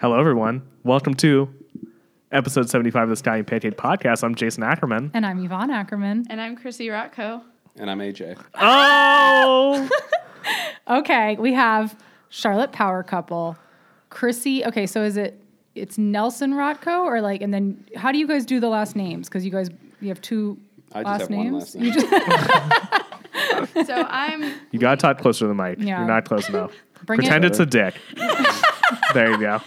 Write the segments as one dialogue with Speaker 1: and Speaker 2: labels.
Speaker 1: Hello, everyone. Welcome to episode 75 of the Stallion Pancake Podcast. I'm Jason Ackerman.
Speaker 2: And I'm Yvonne Ackerman.
Speaker 3: And I'm Chrissy Rocco.
Speaker 4: And I'm AJ.
Speaker 1: Oh!
Speaker 2: Okay, we have Charlotte Power Couple, Chrissy. Okay, so is it it's Nelson Rotko or like and then how do you guys do the last names? Because you guys you have two
Speaker 4: I just
Speaker 2: last
Speaker 4: have
Speaker 2: names.
Speaker 4: one last name.
Speaker 3: So I'm
Speaker 1: you got to talk closer to the mic.
Speaker 2: Yeah.
Speaker 1: You're not close enough.
Speaker 2: Bring
Speaker 1: Pretend
Speaker 2: it.
Speaker 1: it's a dick. there you go.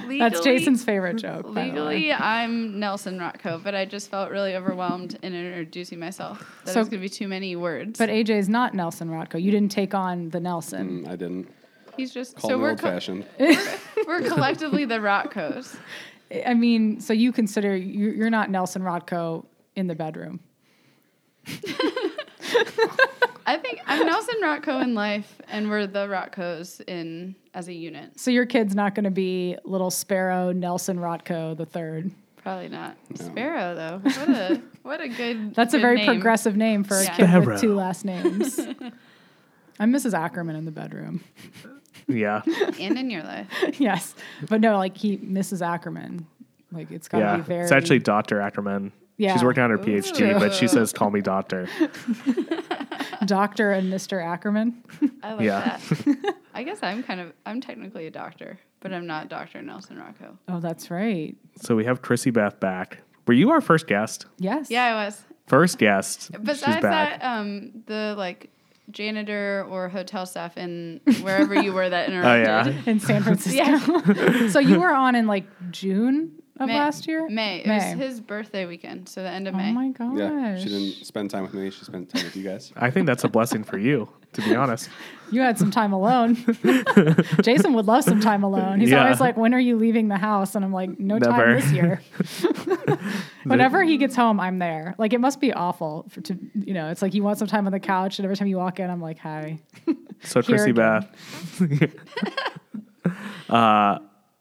Speaker 3: legally,
Speaker 2: That's Jason's favorite joke. by the way.
Speaker 3: Legally, I'm Nelson Rotko, but I just felt really overwhelmed in introducing myself. That
Speaker 2: So-
Speaker 3: was going to be too many words.
Speaker 2: But AJ is not Nelson Rotko. You didn't take on the Nelson.
Speaker 4: Mm, I didn't.
Speaker 3: he's just
Speaker 4: Call
Speaker 3: so
Speaker 4: me
Speaker 3: we're
Speaker 4: old
Speaker 3: co-
Speaker 4: fashioned.
Speaker 3: we're collectively the Rotkos.
Speaker 2: I mean, so you consider you- you're not Nelson Rotko in the bedroom.
Speaker 3: I think I'm Nelson Rotko in life, and we're the Rotkos in as a unit.
Speaker 2: So your kid's not going to be little sparrow Nelson Rotko the third.
Speaker 3: Probably not Sparrow though. What a what a good.
Speaker 2: That's a
Speaker 3: good
Speaker 2: very
Speaker 3: name.
Speaker 2: progressive name for a
Speaker 3: Yeah.
Speaker 2: kid
Speaker 1: Sparrow.
Speaker 2: with two last names. I'm Mrs. Ackerman in the bedroom.
Speaker 1: Yeah.
Speaker 3: and in your life.
Speaker 2: yes, but no, like he, Mrs. Ackerman. Like it's got to
Speaker 1: yeah.
Speaker 2: be very.
Speaker 1: It's actually Dr. Ackerman.
Speaker 2: Yeah.
Speaker 1: She's working on her PhD,
Speaker 3: Ooh.
Speaker 1: but she says, call me doctor.
Speaker 2: Doctor and Mr. Ackerman.
Speaker 3: I like
Speaker 1: Yeah.
Speaker 3: that. I guess I'm kind of I'm technically a doctor, but I'm not Doctor Nelson Rocco.
Speaker 2: Oh, that's right.
Speaker 1: So we have Chrissy Beth back. Were you our first guest?
Speaker 2: Yes.
Speaker 3: Yeah, I was.
Speaker 1: First guest. She's
Speaker 3: Besides
Speaker 1: back.
Speaker 3: that, um, the like janitor or hotel staff in wherever you were that
Speaker 1: Oh,
Speaker 3: interrupted.
Speaker 1: yeah.
Speaker 2: In San Francisco. so you were on in like June of last year.
Speaker 3: May. It was his birthday weekend, so the end of
Speaker 2: oh
Speaker 3: May.
Speaker 2: my gosh.
Speaker 4: Yeah. She didn't spend time with me. She spent time with you guys.
Speaker 1: I think that's a blessing for you, to be honest.
Speaker 2: You had some time alone. Jason would love some time alone. He's
Speaker 1: Yeah.
Speaker 2: always like, "When are you leaving the house?" And I'm like, "No
Speaker 1: Never.
Speaker 2: time this year." Whenever he gets home, I'm there. Like it must be awful for, to you know. It's like you want some time on the couch, and every time you walk in, I'm like, "Hi."
Speaker 1: So
Speaker 2: Here
Speaker 1: Chrissy
Speaker 2: again.
Speaker 1: Beth, uh,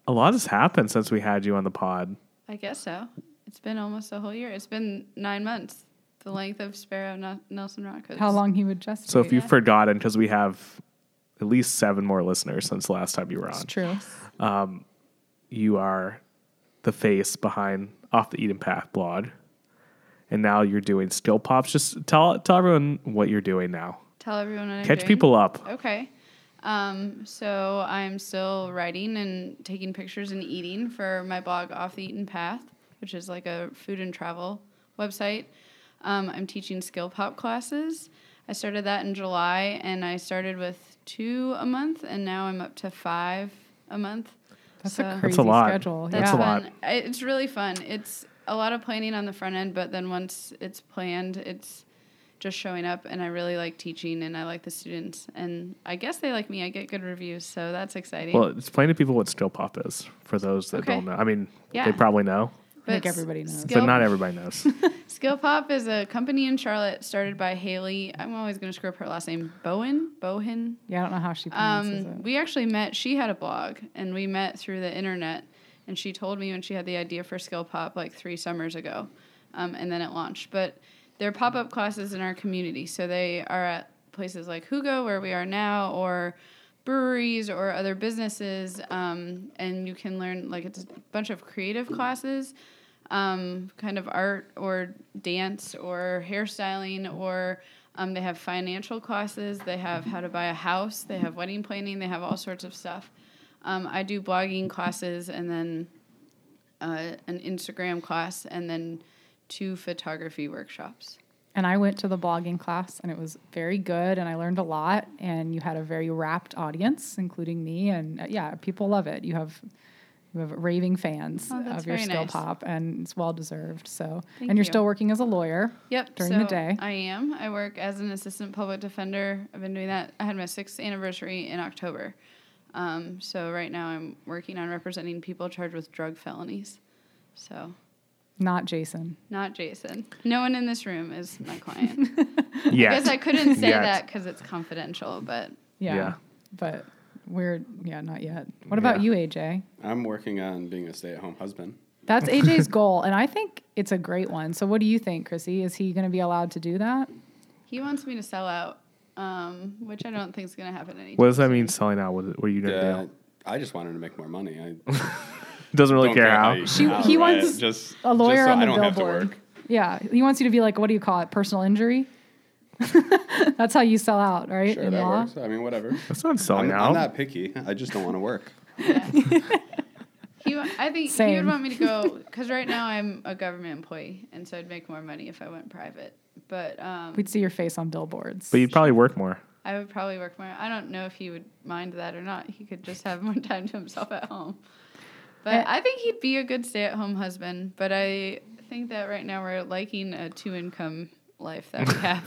Speaker 1: a lot has happened since we had you on the pod.
Speaker 3: I guess so. It's been almost a whole year. It's been nine months. The length of Sparrow Nel- Nelson Rocco.
Speaker 2: How long he would just
Speaker 1: So if you've forgotten, because we have at least seven more listeners since the last time you were on,
Speaker 2: it's true.
Speaker 1: you are the face behind Off the Eden Path blog, and now you're doing skill pops. Just tell tell everyone what you're doing now.
Speaker 3: Tell everyone what I'm
Speaker 1: Catch
Speaker 3: doing. Oh,
Speaker 1: people up.
Speaker 3: Okay. Um, so I'm still writing and taking pictures and eating for my blog Off the Eaten Path, which is like a food and travel website. Um, I'm teaching skill pop classes. I started that in July and I started with two a month and now I'm up to five a month.
Speaker 2: That's
Speaker 3: So-
Speaker 2: a
Speaker 1: That's
Speaker 2: crazy
Speaker 1: a lot.
Speaker 2: schedule.
Speaker 1: That's a
Speaker 2: yeah.
Speaker 1: lot.
Speaker 3: fun. I- It's really fun. It's a lot of planning on the front end, but then once it's planned, it's just showing up. And I really like teaching, and I like the students, and I guess they like me. I get good reviews, so that's exciting.
Speaker 1: Well, explain to people what skill pop is for those that
Speaker 3: Okay.
Speaker 1: don't know. I mean,
Speaker 3: Yeah.
Speaker 1: they probably know,
Speaker 3: But
Speaker 2: think
Speaker 3: s-
Speaker 2: everybody knows.
Speaker 1: but
Speaker 3: Skill,
Speaker 1: not everybody knows.
Speaker 3: Skill Pop is a company in Charlotte started by Haley. I'm always going to screw up her last name. Bowen. Bowen.
Speaker 2: Yeah, I don't know how she pronounces
Speaker 3: Um,
Speaker 2: it.
Speaker 3: we actually met. She had a blog, and we met through the internet. And she told me when she had the idea for Skill Pop like three summers ago, um, and then it launched. But they're pop up classes in our community, so they are at places like Hugo, where we are now, or breweries or other businesses, um, and you can learn like it's a bunch of creative classes um, kind of art or dance or hairstyling or um, they have financial classes they have how to buy a house they have wedding planning they have all sorts of stuff um, i do blogging classes and then uh, an instagram class and then two photography workshops
Speaker 2: And I went to the blogging class and it was very good and I learned a lot and you had a very rapt audience including me and uh, yeah, people love it. You have you have raving fans
Speaker 3: Oh, that's
Speaker 2: of your
Speaker 3: very
Speaker 2: skill
Speaker 3: nice.
Speaker 2: pop and it's well deserved. So,
Speaker 3: Thank
Speaker 2: and you're
Speaker 3: you.
Speaker 2: still working as a lawyer.
Speaker 3: Yep.
Speaker 2: during
Speaker 3: so
Speaker 2: the day.
Speaker 3: I am. I work as an assistant public defender. I've been doing that. I had my sixth anniversary in October. Um, so right now I'm working on representing people charged with drug felonies. So
Speaker 2: Not Jason.
Speaker 3: not Jason. No one in this room is my client. I
Speaker 1: Yes.
Speaker 3: guess I couldn't say
Speaker 1: Yet.
Speaker 3: that because it's confidential, but
Speaker 2: Yeah.
Speaker 1: Yeah.
Speaker 2: But we're yeah, not yet. What about
Speaker 1: Yeah.
Speaker 2: you, AJ?
Speaker 4: I'm working on being a stay at home husband.
Speaker 2: That's AJ's goal and I think it's a great one. So what do you think, Chrissy? Is he going to be allowed to do that?
Speaker 3: he wants me to sell out, um, which I don't think is going to happen anytime.
Speaker 1: What does that mean? Selling out? What what are you gonna
Speaker 4: Uh,
Speaker 1: do?
Speaker 4: I just wanted to make more money. I
Speaker 1: Doesn't really
Speaker 4: don't
Speaker 1: care
Speaker 4: care
Speaker 1: how.
Speaker 4: you-
Speaker 2: She-
Speaker 4: how,
Speaker 2: he
Speaker 4: right?
Speaker 2: wants
Speaker 4: just
Speaker 2: a lawyer
Speaker 4: just so
Speaker 2: on the
Speaker 4: I don't
Speaker 2: billboard.
Speaker 4: Have to work.
Speaker 2: Yeah, he wants you to be like, what do you call it? Personal injury. That's how you sell out, right?
Speaker 4: Sure,
Speaker 2: In
Speaker 4: that
Speaker 2: law.
Speaker 4: works. I mean, whatever.
Speaker 1: That's not selling
Speaker 4: I'm,
Speaker 1: out.
Speaker 4: I'm not picky. I just don't want to work.
Speaker 3: He, wa- I think he
Speaker 2: Same.
Speaker 3: would want me to go because right now I'm a government employee, and so I'd make more money if I went private. But um,
Speaker 2: We'd see your face on billboards.
Speaker 1: But you'd probably work more.
Speaker 3: I would probably work more. I don't know if he would mind that or not. He could just have more time to himself at home. But
Speaker 2: I-
Speaker 3: I think he'd be a good stay-at-home husband. But I think that right now we're liking a two-income life that we have.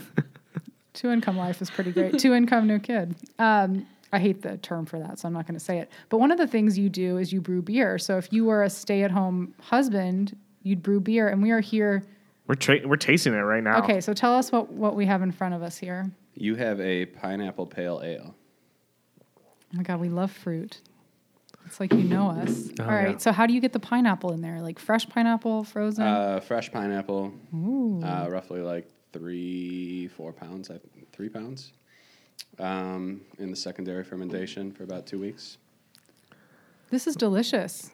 Speaker 2: Two income life is pretty great. Two income, no kid. Um, I hate the term for that, so I'm not going to say it. But one of the things you do is you brew beer. So if you were a stay at home husband, you'd brew beer. And we are here.
Speaker 1: We're tra- we're tasting it right now.
Speaker 2: Okay, so tell us what, what we have in front of us here.
Speaker 4: You have a pineapple pale ale.
Speaker 2: Oh my God, we love fruit. It's like you know us.
Speaker 1: Oh,
Speaker 2: All right,
Speaker 1: yeah.
Speaker 2: so how do you get the pineapple in there? Like fresh pineapple, frozen?
Speaker 4: Uh, fresh pineapple,
Speaker 2: Mm-hmm. Ooh.
Speaker 4: uh, roughly like three, four pounds, I, three pounds, um, in the secondary fermentation for about two weeks.
Speaker 2: This is delicious.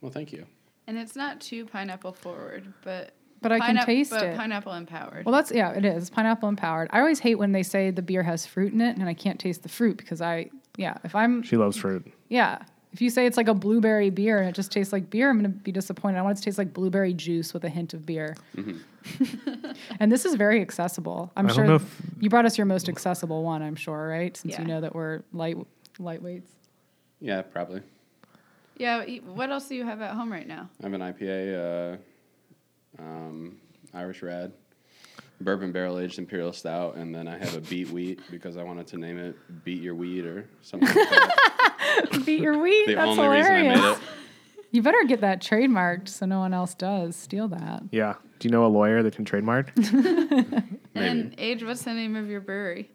Speaker 4: Well, thank you.
Speaker 3: and it's not too pineapple forward, but
Speaker 2: But I can
Speaker 3: pinep-
Speaker 2: taste
Speaker 3: but
Speaker 2: it.
Speaker 3: Pineapple empowered.
Speaker 2: Well, that's yeah, it is pineapple empowered. I always hate when they say the beer has fruit in it, and I can't taste the fruit because I yeah, if I'm
Speaker 1: She loves fruit.
Speaker 2: yeah, if you say it's like a blueberry beer and it just tastes like beer, I'm gonna be disappointed. I want it to taste like blueberry juice with a hint of beer. and this is very accessible. I'm
Speaker 1: I don't
Speaker 2: sure
Speaker 1: know if-
Speaker 2: you brought us your most accessible one. I'm sure, right? Since you
Speaker 3: Yeah.
Speaker 2: know that we're light lightweights.
Speaker 4: Yeah, probably.
Speaker 3: yeah. e- What else do you have at home right now?
Speaker 4: I have an IPA, uh, um, Irish Red, bourbon barrel aged imperial stout, and then I have a beet wheat because I wanted to name it Beat Your Weed or something. Like that.
Speaker 2: Beat your wheat.
Speaker 4: the
Speaker 2: that's
Speaker 4: only
Speaker 2: hilarious.
Speaker 4: reason I made it.
Speaker 2: You better get that trademarked so no one else does steal that.
Speaker 1: Yeah. Do you know a lawyer that can trademark?
Speaker 3: And age, what's the name of your brewery?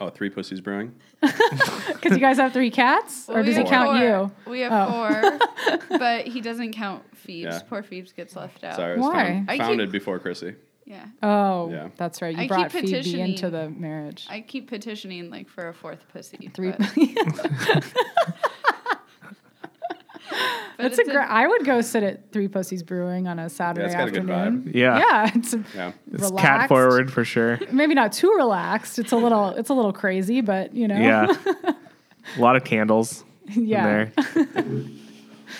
Speaker 4: Oh, Three Pussies Brewing.
Speaker 2: Because you guys have three cats, or
Speaker 3: Well, we
Speaker 2: does it
Speaker 3: have
Speaker 2: count
Speaker 3: four.
Speaker 2: you? Oh.
Speaker 3: We have four, but he doesn't count Phoebes.
Speaker 4: Yeah.
Speaker 3: Poor Phoebes gets left out.
Speaker 4: Sorry, it was
Speaker 2: Why?
Speaker 4: found-
Speaker 3: I keep-
Speaker 4: founded before Chrissy.
Speaker 3: Yeah.
Speaker 2: Oh,
Speaker 4: Yeah.
Speaker 2: that's right. You
Speaker 3: I keep
Speaker 2: brought Phoebe
Speaker 3: petitioning.
Speaker 2: into the marriage.
Speaker 3: I keep petitioning like for a fourth pussy.
Speaker 2: Three.
Speaker 3: but- but
Speaker 2: That's a
Speaker 3: it's
Speaker 2: great. I would go sit at Three Pussies Brewing on a Saturday
Speaker 4: got a good
Speaker 2: afternoon.
Speaker 4: vibe.
Speaker 1: Yeah.
Speaker 2: Yeah, it's, a-
Speaker 4: Yeah.
Speaker 1: It's cat
Speaker 2: relaxed.
Speaker 1: forward for sure.
Speaker 2: Maybe not too relaxed. It's a little. It's a little crazy, but you know.
Speaker 1: Yeah. a lot of candles
Speaker 2: yeah.
Speaker 1: in there.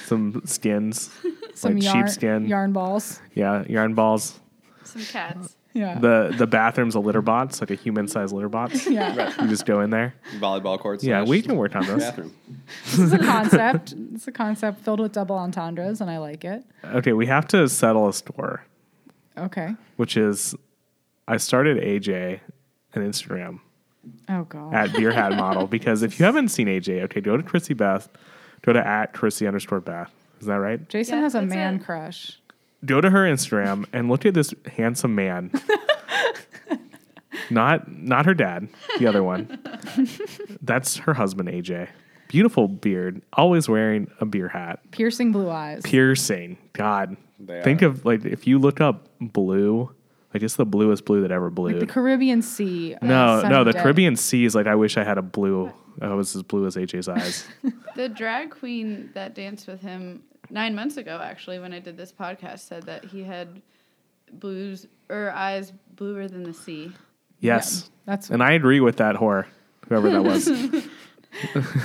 Speaker 1: Some skins.
Speaker 2: Some
Speaker 1: like
Speaker 2: yarn,
Speaker 1: sheepskin.
Speaker 2: yarn balls.
Speaker 1: Yeah, yarn balls.
Speaker 3: some cats.
Speaker 2: Yeah.
Speaker 1: The the bathroom's a litter box, like a human sized litter box. You
Speaker 2: yeah.
Speaker 1: just go in there.
Speaker 4: Volleyball courts.
Speaker 1: Yeah,
Speaker 4: slash
Speaker 1: we can work on those.
Speaker 4: Bathroom.
Speaker 2: This is a concept. It's a concept filled with double entendres, and I like it.
Speaker 1: Okay, we have to settle a store,
Speaker 2: Okay.
Speaker 1: which is I started AJ an Instagram
Speaker 2: Oh God.
Speaker 1: at Beer Hat Model because if you haven't seen AJ, okay, go to Chrissy Beth, go to at Chrissy underscore Beth. Is that right?
Speaker 2: Jason
Speaker 3: Yeah,
Speaker 2: has a
Speaker 3: that's
Speaker 2: man
Speaker 3: it.
Speaker 2: crush.
Speaker 1: Go to her Instagram and look at this handsome man. not not her dad, the other one. That's her husband AJ. Beautiful beard, always wearing a beer hat.
Speaker 2: Piercing blue eyes.
Speaker 1: Piercing. God.
Speaker 4: They
Speaker 1: Think
Speaker 4: are.
Speaker 1: of like if you look up blue, like it's the bluest blue that ever blew.
Speaker 2: the Caribbean Sea. on a
Speaker 1: no, no,
Speaker 2: sunny
Speaker 1: the
Speaker 2: day.
Speaker 1: Caribbean Sea is like I wish I had a blue. I was as blue as AJ's eyes.
Speaker 3: The drag queen that danced with him nine months ago, actually, when I did this podcast, said that he had blues or eyes bluer than the sea.
Speaker 1: Yes.
Speaker 2: That's
Speaker 1: And I agree with that whore, whoever that was.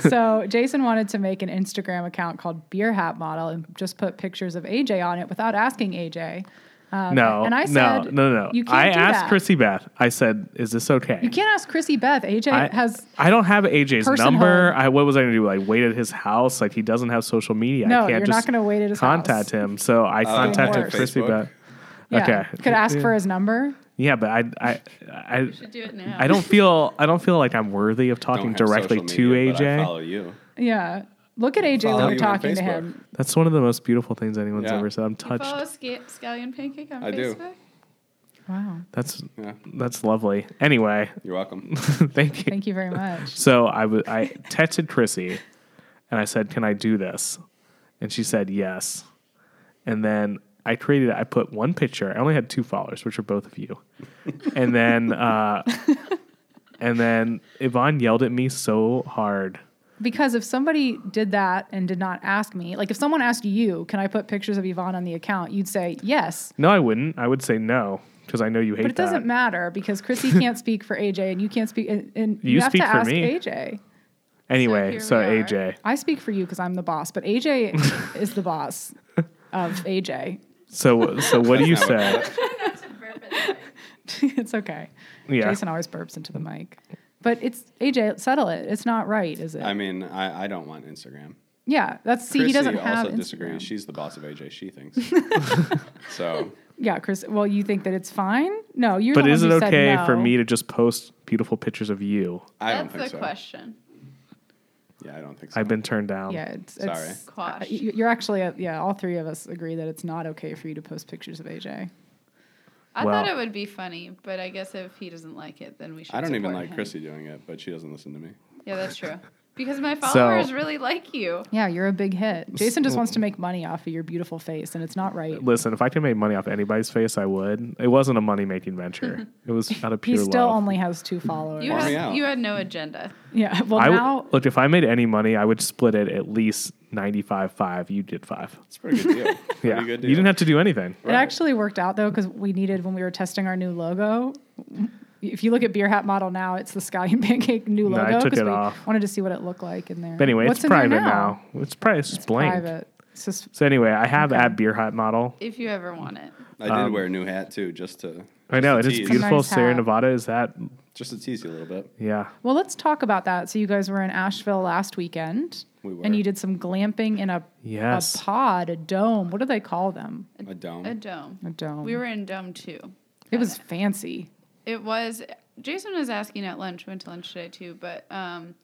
Speaker 2: so Jason wanted to make an Instagram account called Beer Hat Model and just put pictures of AJ on it without asking AJ. Um,
Speaker 1: no,
Speaker 2: and I
Speaker 1: no,
Speaker 2: said,
Speaker 1: no, no, no.
Speaker 2: "You can't
Speaker 1: I
Speaker 2: do
Speaker 1: asked
Speaker 2: that."
Speaker 1: Chrissy Beth. I said, "Is this okay?"
Speaker 2: You can't ask Chrissy Beth. AJ
Speaker 1: I,
Speaker 2: has
Speaker 1: I don't have AJ's
Speaker 2: personhood.
Speaker 1: number. I what was I gonna do? Like wait at his house? Like he doesn't have social media.
Speaker 2: No,
Speaker 1: I can't
Speaker 2: you're
Speaker 1: just
Speaker 2: not gonna wait at his
Speaker 1: contact
Speaker 2: house.
Speaker 1: him. So I contacted
Speaker 2: worse.
Speaker 1: Chrissy
Speaker 4: Uh, Facebook.
Speaker 1: Beth.
Speaker 2: yeah,
Speaker 1: Okay.
Speaker 2: could ask for his number.
Speaker 1: Yeah, but I I I,
Speaker 3: Should do it now.
Speaker 1: I don't feel I don't feel like I'm worthy of
Speaker 4: Don't
Speaker 1: talking
Speaker 4: have
Speaker 1: directly
Speaker 4: social
Speaker 1: to
Speaker 4: media, but I
Speaker 1: AJ.
Speaker 4: follow you.
Speaker 2: Yeah, look at AJ
Speaker 4: Follow
Speaker 2: when we're
Speaker 4: you on
Speaker 2: talking to
Speaker 4: Facebook.
Speaker 2: him.
Speaker 1: That's one of the most beautiful things anyone's
Speaker 4: Yeah.
Speaker 1: ever said. I'm
Speaker 3: You follow
Speaker 1: touched.
Speaker 3: Sca- Scallion Pancake on
Speaker 4: I do.
Speaker 3: Facebook?
Speaker 2: Wow,
Speaker 1: That's
Speaker 4: Yeah,
Speaker 1: that's lovely. Anyway,
Speaker 4: you're welcome.
Speaker 1: thank you.
Speaker 2: thank you very much.
Speaker 1: So I w- I texted Chrissy and I said, Can I do this? And she said, Yes. And then I created, I put one picture. I only had two followers, which are both of you. And then, uh, and then Yvonne yelled at me so hard
Speaker 2: Because if somebody did that and did not ask me, like if someone asked you, can I put pictures of Yvonne on the account? You'd say yes.
Speaker 1: No, I wouldn't. I would say no because I know you hate
Speaker 2: But it
Speaker 1: that.
Speaker 2: doesn't matter because Chrissy can't speak for AJ and you can't speak. And, and you,
Speaker 1: You
Speaker 2: have
Speaker 1: speak
Speaker 2: to
Speaker 1: for
Speaker 2: ask
Speaker 1: me.
Speaker 2: AJ.
Speaker 1: Anyway,
Speaker 3: here
Speaker 1: so,
Speaker 3: we are.
Speaker 1: AJ,
Speaker 2: I speak for you because I'm the boss, but AJ is the boss of AJ.
Speaker 1: so so what do you say?
Speaker 2: it's okay.
Speaker 1: Yeah,
Speaker 2: Jason always burps into the mic. But it's AJ, settle it. It's not right, is it?
Speaker 4: I mean, I, I don't want Instagram.
Speaker 2: yeah, that's see,
Speaker 4: Chrissy
Speaker 2: he doesn't have.
Speaker 4: also
Speaker 2: Instagram.
Speaker 4: disagrees. She's the boss of AJ. She thinks so.
Speaker 2: Yeah, Chris. Well, you think that it's fine? No, you're.
Speaker 1: but
Speaker 2: the
Speaker 1: is it
Speaker 2: one who said
Speaker 1: okay for
Speaker 2: no.
Speaker 1: me to just post beautiful pictures of you?
Speaker 4: I
Speaker 3: That's
Speaker 4: don't think
Speaker 3: the
Speaker 4: so.
Speaker 3: question.
Speaker 4: Yeah, I don't think so.
Speaker 1: I've been turned down.
Speaker 2: Yeah, it's,
Speaker 4: Sorry.
Speaker 2: it's
Speaker 3: Quash.
Speaker 2: uh, you- you're actually a, yeah. All three of us agree that it's not okay for you to post pictures of AJ.
Speaker 3: I
Speaker 1: Well-
Speaker 3: thought it would be funny, but I guess if he doesn't like it, then we should.
Speaker 4: I don't even
Speaker 3: support
Speaker 4: like
Speaker 3: him.
Speaker 4: Chrissy doing it, but she doesn't listen to me.
Speaker 3: Yeah, that's true. Because my
Speaker 1: So-
Speaker 3: followers really like you.
Speaker 2: Yeah, you're a big hit. Jason just wants to make money off of your beautiful face, and it's not right.
Speaker 1: Listen, if I could make money off anybody's face, I would. It wasn't a money making venture. it was out of
Speaker 2: He
Speaker 1: pure
Speaker 2: still
Speaker 1: love.
Speaker 2: only has two followers.
Speaker 3: You
Speaker 4: Bar me
Speaker 3: had,
Speaker 4: out.
Speaker 3: you had no agenda.
Speaker 2: yeah. Well,
Speaker 1: I w-
Speaker 2: now
Speaker 1: look, if I made any money, I would split it at least ninety-five five. You did five.
Speaker 4: It's a pretty good deal. pretty
Speaker 1: yeah,
Speaker 4: good deal.
Speaker 1: you didn't have to do anything.
Speaker 2: It actually worked out though because we needed when we were testing our new logo. If you look at Beer Hat Model now, it's the Scallion Pancake new
Speaker 1: No, I
Speaker 2: logo
Speaker 1: took
Speaker 2: because
Speaker 1: it
Speaker 2: we
Speaker 1: off.
Speaker 2: wanted to see what it looked like in there.
Speaker 1: But anyway,
Speaker 2: What's
Speaker 1: it's
Speaker 2: in there
Speaker 1: private now? It's probably it's, blank.
Speaker 2: Private. It's just
Speaker 1: So anyway, I have at beer hat model.
Speaker 3: If you ever want it,
Speaker 4: I did wear a new hat too, just to.
Speaker 1: um, I know it
Speaker 4: just to
Speaker 1: is
Speaker 4: tease-
Speaker 1: beautiful.
Speaker 2: nice
Speaker 1: Sierra
Speaker 2: hat.
Speaker 1: Nevada is that?
Speaker 4: Just to tease you a little bit.
Speaker 1: Yeah,
Speaker 2: Well, let's talk about that. So you guys were in Asheville last weekend,
Speaker 4: We were.
Speaker 2: and you did some glamping in a
Speaker 1: Yes.
Speaker 2: a pod, a dome. What do they call them?
Speaker 4: A dome.
Speaker 3: a dome.
Speaker 2: A dome.
Speaker 3: We were in dome two.
Speaker 2: It was fancy.
Speaker 3: It was Jason was asking at lunch. Went to lunch today too, but um,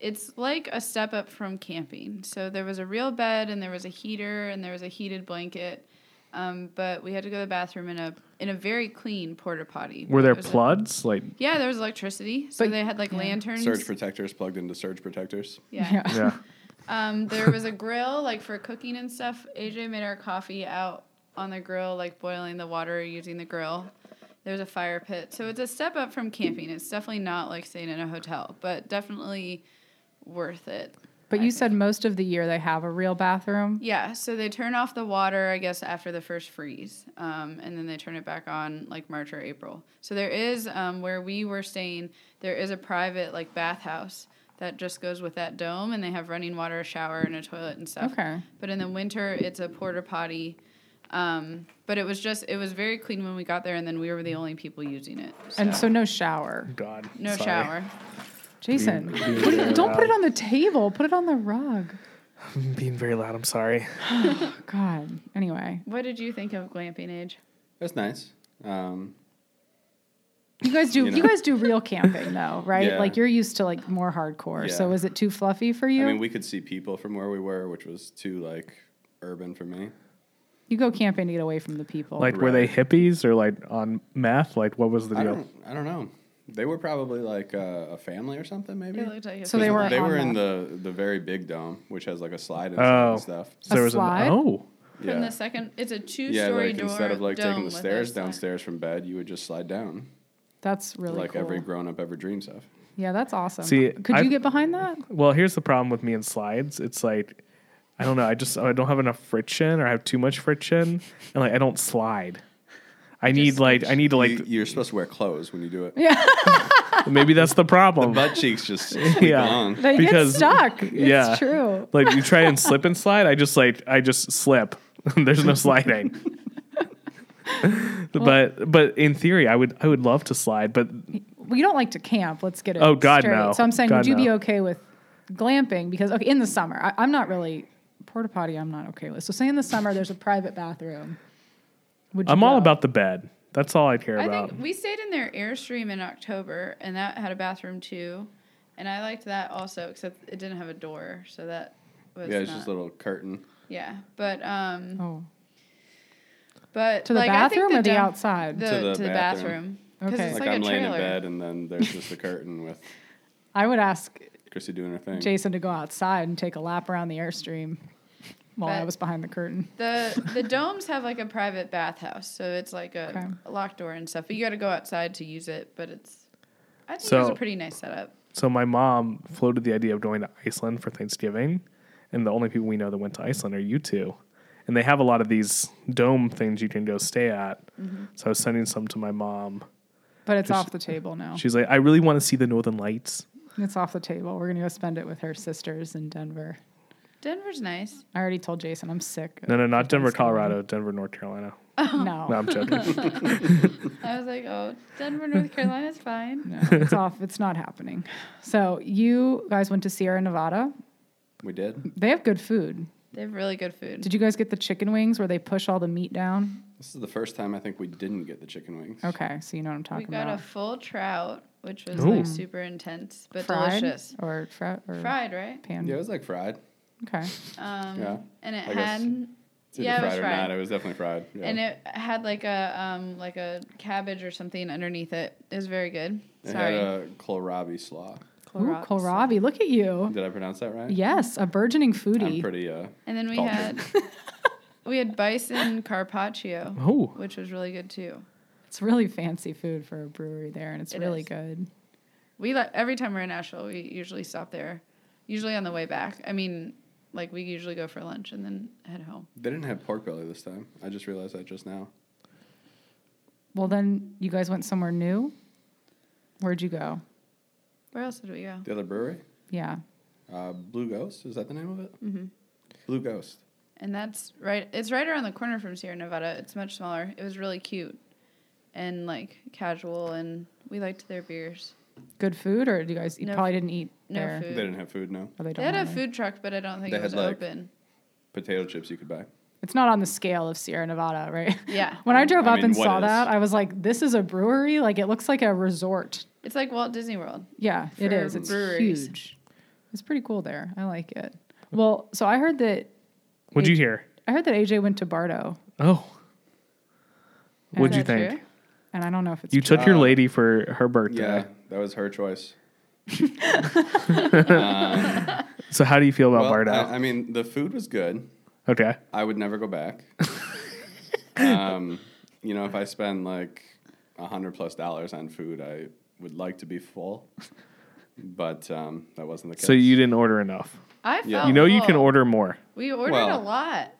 Speaker 3: it's like a step up from camping. So there was a real bed, and there was a heater, and there was a heated blanket. Um, but we had to go to the bathroom in a in a very clean porta potty.
Speaker 1: were there
Speaker 3: It was a-
Speaker 1: plugs? Like
Speaker 3: yeah, there was electricity. So
Speaker 2: But-
Speaker 3: they had like
Speaker 2: yeah.
Speaker 3: lanterns.
Speaker 4: surge protectors plugged into surge protectors.
Speaker 3: yeah.
Speaker 1: yeah,
Speaker 3: Um, there was a grill like for cooking and stuff. AJ made our coffee out on the grill, like boiling the water using the grill. There's a fire pit, so it's a step up from camping. It's definitely not like staying in a hotel, but definitely worth it.
Speaker 2: But you said most of the year they have a real bathroom.
Speaker 3: Yeah, so they turn off the water, I guess, after the first freeze, um, and then they turn it back on like March or April. So there is um, where we were staying. There is a private like bathhouse that just goes with that dome, and they have running water, a shower, and a toilet and stuff.
Speaker 2: Okay.
Speaker 3: But in the winter, it's a porta potty. Um, but it was just it was very clean when we got there, and then we were the only people using it.
Speaker 2: And so no shower.
Speaker 1: God,
Speaker 3: no
Speaker 1: sorry.
Speaker 3: shower.
Speaker 2: Jason, put it- don't put it on the table. Put it on the rug.
Speaker 1: I'm being very loud. I'm sorry.
Speaker 2: God. Anyway,
Speaker 3: What did you think of glamping age?
Speaker 4: That's nice. Um,
Speaker 2: you guys do you,
Speaker 4: You know.
Speaker 2: guys do real camping though, right?
Speaker 4: Yeah.
Speaker 2: Like you're used to like more hardcore. So
Speaker 4: Yeah.
Speaker 2: was it too fluffy for you?
Speaker 4: I mean, we could see people from where we were, which was too like urban for me.
Speaker 2: you go camping to get away from the people.
Speaker 1: Like, were they hippies or like on meth? Like, what was the
Speaker 4: I
Speaker 1: deal?
Speaker 4: don't. I don't know. They were probably like uh, a family or something, maybe.
Speaker 3: It looked like a
Speaker 2: So they were
Speaker 4: They
Speaker 2: on
Speaker 4: were
Speaker 2: that.
Speaker 4: in the the very big dome, which has like a slide inside
Speaker 1: Oh,
Speaker 4: and stuff.
Speaker 1: So there was
Speaker 2: slide?
Speaker 1: an oh,
Speaker 3: from
Speaker 4: yeah.
Speaker 3: the second. It's a two-story
Speaker 4: yeah, like
Speaker 3: door.
Speaker 4: instead of like
Speaker 3: dome
Speaker 4: taking the
Speaker 3: with a
Speaker 4: stairs
Speaker 3: slide.
Speaker 4: downstairs from bed, you would just slide down,
Speaker 2: That's really
Speaker 4: like
Speaker 2: cool.
Speaker 4: every grown up ever dreams of.
Speaker 2: yeah, that's awesome.
Speaker 1: See,
Speaker 2: Could you
Speaker 1: I've-
Speaker 2: get behind that?
Speaker 1: Well, here's the problem with me and slides. It's like I don't know. I just I don't have enough friction, or I have too much friction, and like I don't slide. I need like I need to like
Speaker 4: you, you're supposed to wear clothes when you do it.
Speaker 1: maybe that's the problem.
Speaker 4: Butt cheeks just squeak
Speaker 1: Yeah.
Speaker 4: along.
Speaker 2: They
Speaker 1: Because-
Speaker 2: get stuck.
Speaker 1: yeah.
Speaker 2: It's true.
Speaker 1: like you try and slip and slide. I just like I just slip. There's no sliding. but but in theory, I would I would love to slide, but
Speaker 2: We don't like to camp. Let's get it.
Speaker 1: Oh, God,
Speaker 2: straight.
Speaker 1: no.
Speaker 2: So I'm saying,
Speaker 1: God,
Speaker 2: would you be
Speaker 1: no.
Speaker 2: okay with glamping? Because okay, in the summer, I, I'm not really porta potty. I'm not okay with. So say in the summer, there's a private bathroom. Would you
Speaker 1: I'm all
Speaker 2: go?
Speaker 1: about the bed. That's all I care
Speaker 3: I
Speaker 1: about.
Speaker 3: think we stayed in their airstream in October, and that had a bathroom too, and I liked that also, except it didn't have a door, so that was
Speaker 4: Yeah, it's
Speaker 3: not-
Speaker 4: just a little curtain.
Speaker 3: yeah. But um,
Speaker 2: Oh.
Speaker 3: but
Speaker 2: To the
Speaker 3: like, I think
Speaker 2: bathroom or the
Speaker 3: down-
Speaker 2: outside?
Speaker 3: The,
Speaker 4: To
Speaker 3: to
Speaker 4: the
Speaker 3: the,
Speaker 4: bathroom.
Speaker 3: bathroom. 'Cause
Speaker 2: Okay.
Speaker 3: it's
Speaker 4: Like,
Speaker 3: like,
Speaker 4: I'm
Speaker 3: a
Speaker 4: laying in
Speaker 3: trailer.
Speaker 4: bed, and then there's just a curtain with
Speaker 2: I would ask
Speaker 4: Chrissy doing her thing.
Speaker 2: Jason to go outside and take a lap around the airstream while I
Speaker 3: But-
Speaker 2: was behind the curtain.
Speaker 3: The the domes have like a private bathhouse, so it's like a,
Speaker 2: Okay.
Speaker 3: a locked door and stuff. But you got to go outside to use it. But it's I think it was
Speaker 1: So-
Speaker 3: a pretty nice setup.
Speaker 1: So my mom floated the idea of going to Iceland for Thanksgiving, and the only people we know that went to Iceland are you two. And they have a lot of these dome things you can go stay at.
Speaker 3: Mm-hmm.
Speaker 1: So I was sending some to my mom.
Speaker 2: But it's
Speaker 1: Just-
Speaker 2: off the table
Speaker 3: Oh.
Speaker 2: now.
Speaker 1: She's like, I really want to see the Northern Lights.
Speaker 2: It's off the table. We're going to go spend it with her sisters in Denver.
Speaker 3: Denver's nice.
Speaker 2: I already told Jason I'm sick.
Speaker 1: No, no, not
Speaker 2: for
Speaker 1: Denver,
Speaker 2: Thanksgiving.
Speaker 1: Colorado, Denver, North Carolina.
Speaker 3: Oh.
Speaker 2: No.
Speaker 1: No, I'm joking.
Speaker 3: I was like, oh, Denver, North Carolina's fine.
Speaker 2: No, it's off. It's not happening. So you guys went to Sierra Nevada.
Speaker 4: We did.
Speaker 2: They have good food.
Speaker 3: They have really good food.
Speaker 2: Did you guys get the chicken wings where they push all the meat down?
Speaker 4: This is the first time I think we didn't get the chicken
Speaker 3: Oh,
Speaker 4: wings.
Speaker 2: Okay, so you know what I'm
Speaker 3: we
Speaker 2: talking
Speaker 3: got
Speaker 2: about.
Speaker 3: a full trout, which was
Speaker 1: Ooh.
Speaker 3: like super intense but
Speaker 2: Fried
Speaker 3: delicious.
Speaker 2: or fra- or
Speaker 3: Fried, right?
Speaker 2: pan.
Speaker 4: Yeah, it was like fried.
Speaker 2: Okay,
Speaker 3: Um,
Speaker 4: Yeah,
Speaker 3: And it
Speaker 4: I guess.
Speaker 3: had
Speaker 4: It's either
Speaker 3: Yeah, it
Speaker 4: fried
Speaker 3: was
Speaker 4: or
Speaker 3: fried.
Speaker 4: not. It was definitely fried. Yeah.
Speaker 3: and it had like a um like a cabbage or something underneath it. It was very good.
Speaker 4: It
Speaker 3: Sorry.
Speaker 4: had a kohlrabi slaw.
Speaker 2: Ooh,
Speaker 3: Kohlrabi.
Speaker 2: kohlrabi. Look at you.
Speaker 4: Did I pronounce that right?
Speaker 2: Yes, a burgeoning
Speaker 4: I'm
Speaker 2: foodie.
Speaker 4: pretty. Uh,
Speaker 3: and then we
Speaker 4: Culture.
Speaker 3: had we had bison carpaccio,
Speaker 1: Oh,
Speaker 3: which was really good too.
Speaker 2: It's really fancy food for a brewery there, and it's
Speaker 3: It
Speaker 2: really
Speaker 3: is.
Speaker 2: good.
Speaker 3: We like every time we're in Nashville, we usually stop there. Usually on the way back. I mean, like we usually go for lunch and then head home.
Speaker 4: they didn't have pork belly this time. I just realized that just now.
Speaker 2: Well, then you guys went somewhere new. Where'd you go?
Speaker 3: Where else did we go?
Speaker 4: The other brewery,
Speaker 2: Yeah,
Speaker 4: uh, Blue Ghost. Is that the name of it? Mm-hmm. Blue Ghost.
Speaker 3: And that's right. It's right around the corner from Sierra Nevada. It's much smaller. It was really cute, and like casual, and we liked their beers.
Speaker 2: good food, or you guys you
Speaker 3: No
Speaker 2: probably
Speaker 3: f-
Speaker 2: didn't eat
Speaker 3: no
Speaker 2: there.
Speaker 3: food.
Speaker 4: They didn't have food. No
Speaker 2: Or they
Speaker 3: They
Speaker 2: don't
Speaker 3: had a
Speaker 2: have it.
Speaker 3: food truck, but I don't think
Speaker 4: They
Speaker 3: it was
Speaker 4: had, like-
Speaker 3: open.
Speaker 4: potato chips you could buy.
Speaker 2: It's not on the scale of Sierra Nevada, right?
Speaker 3: Yeah,
Speaker 2: When I drove
Speaker 4: I
Speaker 2: up
Speaker 4: mean,
Speaker 2: and
Speaker 4: what
Speaker 2: saw
Speaker 4: is-
Speaker 2: that, I was like, "This is a brewery. Like, it looks like a resort."
Speaker 3: it's like Walt Disney World.
Speaker 2: Yeah, it
Speaker 3: For
Speaker 2: is. It's
Speaker 3: breweries.
Speaker 2: huge. It's pretty cool there. I like it. Well, so I heard that
Speaker 1: what'd you
Speaker 2: It-
Speaker 1: hear?
Speaker 2: I heard that AJ went to Bardo,
Speaker 1: Oh, what'd
Speaker 2: Is
Speaker 1: you
Speaker 3: that
Speaker 1: think?
Speaker 3: true?
Speaker 2: and I don't know if it's
Speaker 1: You
Speaker 2: true.
Speaker 1: took your lady for her birthday.
Speaker 4: Um, Yeah, that was her choice.
Speaker 1: So how do you feel about
Speaker 4: Well,
Speaker 1: Bardo?
Speaker 4: I, I mean, the food was good.
Speaker 1: okay.
Speaker 4: I would never go back. um, you know, if I spend like a hundred plus dollars on food, I would like to be full, but um, that wasn't the case.
Speaker 1: So you didn't order enough.
Speaker 3: I felt
Speaker 4: Yeah.
Speaker 1: You know you can
Speaker 3: full.
Speaker 1: order more.
Speaker 3: We ordered
Speaker 4: Well-
Speaker 3: a lot.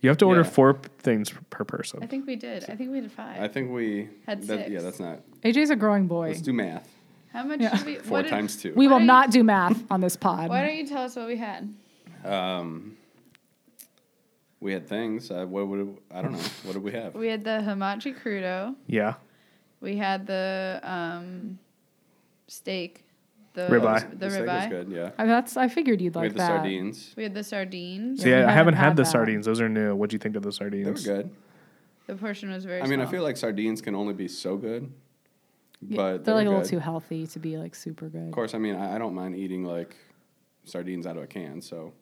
Speaker 1: You have to order
Speaker 4: Yeah.
Speaker 1: four p- things per
Speaker 3: I
Speaker 1: person.
Speaker 3: think we did. I think we did five.
Speaker 4: I think we
Speaker 3: Had
Speaker 4: that-
Speaker 3: six.
Speaker 4: Yeah, that's not.
Speaker 2: AJ's a growing boy.
Speaker 4: Let's do math.
Speaker 3: How much?
Speaker 2: Yeah.
Speaker 3: Did we,
Speaker 4: Four
Speaker 3: what did-
Speaker 4: times two.
Speaker 2: we
Speaker 3: Why
Speaker 2: will
Speaker 3: don't you-
Speaker 2: not do math on this pod.
Speaker 3: Why don't you tell us what we had?
Speaker 4: um, we had things. Uh, what would I don't know? What did we have?
Speaker 3: We had the hamachi crudo.
Speaker 1: Yeah.
Speaker 3: We had the um, steak. The
Speaker 1: Ribeye.
Speaker 3: The,
Speaker 4: steak was
Speaker 3: ribeye.
Speaker 4: good. Yeah.
Speaker 2: I- That's. I figured you'd
Speaker 4: we
Speaker 2: like
Speaker 4: had the
Speaker 2: that.
Speaker 4: sardines.
Speaker 3: We had the sardines.
Speaker 1: So yeah, I haven't had, the
Speaker 2: that.
Speaker 1: sardines. Those are new. What'd you think of the sardines?
Speaker 4: They were good.
Speaker 3: The portion was very.
Speaker 4: I mean, I
Speaker 3: small.
Speaker 4: feel like sardines can only be so good,
Speaker 2: Yeah,
Speaker 4: but they
Speaker 2: they're like
Speaker 4: were
Speaker 2: a little
Speaker 4: good.
Speaker 2: too healthy to be like super good.
Speaker 4: Of course, I mean, I, I don't mind eating like sardines out of a can, so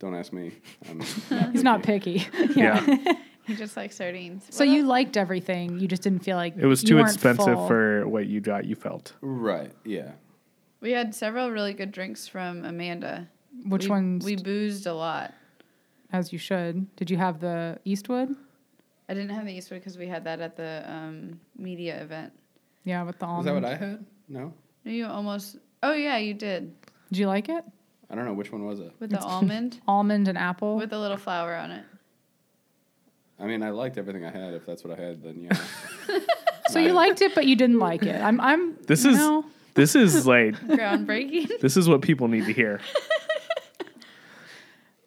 Speaker 4: don't ask me. I'm not
Speaker 2: He's not
Speaker 4: picky.
Speaker 2: picky.
Speaker 1: Yeah.
Speaker 3: he just likes sardines.
Speaker 2: So
Speaker 3: What
Speaker 2: you liked everything. You just didn't feel like
Speaker 1: It was
Speaker 2: you
Speaker 1: too
Speaker 2: weren't
Speaker 1: expensive
Speaker 2: full.
Speaker 1: for what you got. You felt.
Speaker 4: Right, yeah.
Speaker 3: We had several really good drinks from Amanda.
Speaker 2: which
Speaker 3: we,
Speaker 2: ones
Speaker 3: We boozed a lot.
Speaker 2: as you should. Did you have the Eastwood?
Speaker 3: I didn't have the Eastwood because we had that at the um, media event.
Speaker 2: Yeah, with the
Speaker 4: Is
Speaker 2: almond.
Speaker 4: that what I had? No?
Speaker 3: No, you almost. Oh yeah, you did
Speaker 2: Did you like it?
Speaker 4: I don't know. Which one was it?
Speaker 3: with the almond
Speaker 2: Almond and apple.
Speaker 3: with a little flower on it.
Speaker 4: I mean, I liked everything I had. If that's what I had, then yeah.
Speaker 2: so you liked it, but you didn't like it. I'm. I'm.
Speaker 1: This
Speaker 2: you
Speaker 1: is-
Speaker 2: know,
Speaker 1: This is like
Speaker 3: Groundbreaking.
Speaker 1: this is what people need to hear.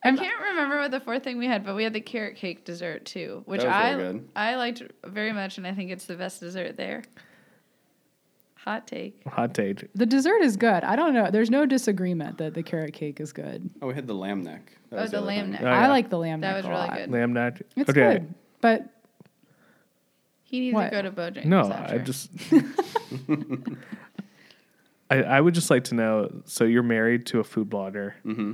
Speaker 3: I can't remember what the fourth thing we had, but we had the carrot cake dessert too, which
Speaker 4: That was
Speaker 3: I
Speaker 4: really good.
Speaker 3: I liked very much, and I think it's the best dessert there. Hot take.
Speaker 1: Hot take.
Speaker 2: the dessert is good. I don't know. There's no disagreement that the carrot cake is good.
Speaker 4: Oh, we had the lamb neck. That
Speaker 3: Oh,
Speaker 4: was
Speaker 3: the
Speaker 4: other
Speaker 3: lamb
Speaker 4: thing.
Speaker 3: neck.
Speaker 1: Oh,
Speaker 2: I
Speaker 1: yeah.
Speaker 2: like the lamb.
Speaker 3: That
Speaker 2: neck
Speaker 3: was
Speaker 2: a
Speaker 3: really
Speaker 2: lot.
Speaker 3: good.
Speaker 1: Lamb neck.
Speaker 2: It's good, but
Speaker 3: He needs
Speaker 2: What?
Speaker 3: to go to Bojangles.
Speaker 1: No,
Speaker 3: after.
Speaker 1: I just. I, I would just like to know. So you're married to a food blogger. Mm-hmm.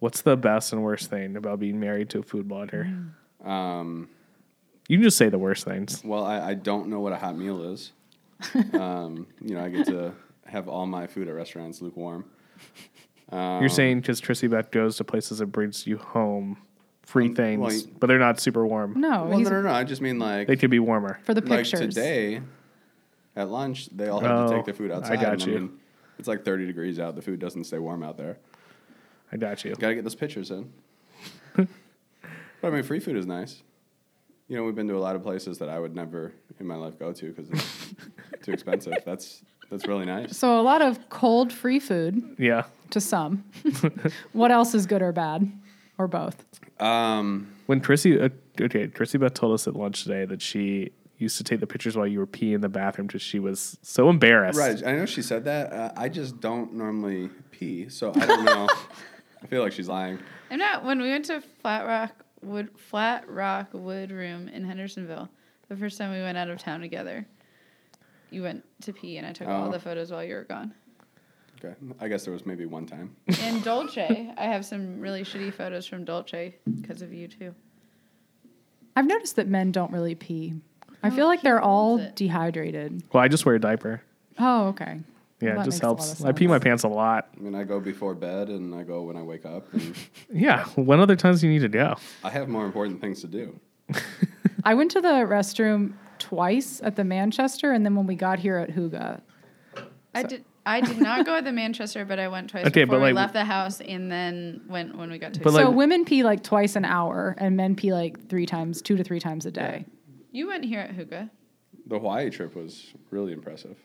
Speaker 1: What's the best and worst thing about being married to a food blogger?
Speaker 2: Mm.
Speaker 4: Um,
Speaker 1: You can just say the worst things.
Speaker 4: well, I, I don't know what a hot meal is. Um, you know, I get to have all my food at restaurants lukewarm.
Speaker 1: You're saying because Trissy Beth goes to places that brings you home free
Speaker 4: Um,
Speaker 1: things,
Speaker 4: well, you-
Speaker 1: but they're not super warm.
Speaker 2: no.
Speaker 4: well,
Speaker 2: Oh, he's,
Speaker 4: no, no, no. I just mean like
Speaker 1: They could be warmer.
Speaker 2: For the
Speaker 4: like
Speaker 2: pictures.
Speaker 4: today at lunch, they all had to
Speaker 1: Oh,
Speaker 4: take their food
Speaker 1: I
Speaker 4: outside.
Speaker 1: got
Speaker 4: and
Speaker 1: you.
Speaker 4: mean, It's like 30 degrees out. The food doesn't stay warm out there.
Speaker 1: I got you.
Speaker 4: Got to get those pictures in. but I mean, free food is nice. You know, we've been to a lot of places that I would never in my life go to because it's too expensive. That's that's really nice.
Speaker 2: So a lot of cold free food
Speaker 1: Yeah.
Speaker 2: to some. what else is good or bad, or both?
Speaker 4: Um,
Speaker 1: When Chrissy, uh, okay, Chrissy Beth told us at lunch today that she used to take the pictures while you were peeing in the bathroom because she was so embarrassed.
Speaker 4: right, I know she said that. Uh, I just don't normally pee, so I don't know. I feel like she's lying.
Speaker 3: I'm not. When we went to Flat Rock Wood Flat Rock Wood Room in Hendersonville, the first time we went out of town together, you went to pee, and I took all
Speaker 4: Oh.
Speaker 3: the photos while you were gone.
Speaker 4: Okay, I guess there was maybe one time.
Speaker 3: And Dolce, I have some really shitty photos from Dolce because of you too.
Speaker 2: I've noticed that men don't really pee. I
Speaker 3: No,
Speaker 2: feel like
Speaker 3: Oh, he
Speaker 2: they're all
Speaker 3: owns it.
Speaker 2: dehydrated.
Speaker 1: Well, I just wear a diaper.
Speaker 2: Oh, okay.
Speaker 1: Yeah,
Speaker 2: That
Speaker 1: it just
Speaker 2: makes a lot
Speaker 1: helps.
Speaker 2: of
Speaker 1: I pee
Speaker 2: sense.
Speaker 1: my pants a lot.
Speaker 4: I mean, I go before bed and I go when I wake up, and
Speaker 1: Yeah. When other times do you need to go?
Speaker 4: I have more important things to do.
Speaker 2: I went to the restroom twice at the Manchester, and then when we got here at Huga.
Speaker 3: I did. I did not go at the Manchester, but I went twice
Speaker 1: Okay,
Speaker 3: before
Speaker 1: but,
Speaker 3: we
Speaker 1: like-
Speaker 3: left the house, and then went when we got to.
Speaker 1: But,
Speaker 2: So
Speaker 1: like-
Speaker 2: women pee like twice an hour, and men pee like three times, two to three times a day.
Speaker 3: you went here at Hookah.
Speaker 4: The Hawaii trip was really impressive.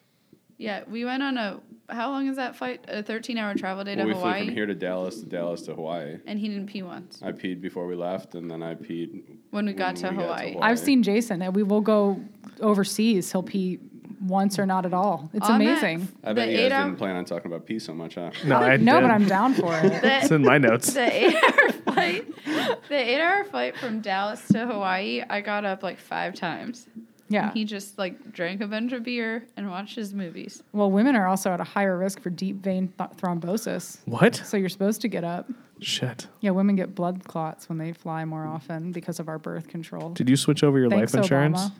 Speaker 3: Yeah, we went on a. How long is that flight? A 13-hour travel day to
Speaker 4: Well, we flew
Speaker 3: Hawaii,
Speaker 4: from here to Dallas to Dallas to Hawaii.
Speaker 3: and he didn't pee once
Speaker 4: I peed before we left, and then I peed.
Speaker 3: when we got to
Speaker 4: When we got to
Speaker 3: Hawaii.
Speaker 4: Hawaii.
Speaker 2: I've seen Jason, and we will go overseas. He'll pee once or not at all. It's
Speaker 3: On that-
Speaker 2: amazing.
Speaker 4: I bet
Speaker 3: the
Speaker 4: you guys
Speaker 3: eight-hour-
Speaker 4: didn't plan on talking about pee so much, huh?
Speaker 1: No, I
Speaker 2: no,
Speaker 1: did.
Speaker 2: but I'm down for it.
Speaker 3: The-
Speaker 1: It's in my notes.
Speaker 3: the eight hour flight the eight hour flight from dallas to hawaii i got up like five times
Speaker 2: Yeah.
Speaker 3: he just like drank a bunch of beer and watched his movies
Speaker 2: Well, women are also at a higher risk for deep vein th- thrombosis.
Speaker 1: What?
Speaker 2: So you're supposed to get up.
Speaker 1: Shit.
Speaker 2: Yeah, women get blood clots when they fly more often because of our birth control.
Speaker 1: Did you switch over your
Speaker 2: Thanks,
Speaker 1: life insurance?
Speaker 2: Obama.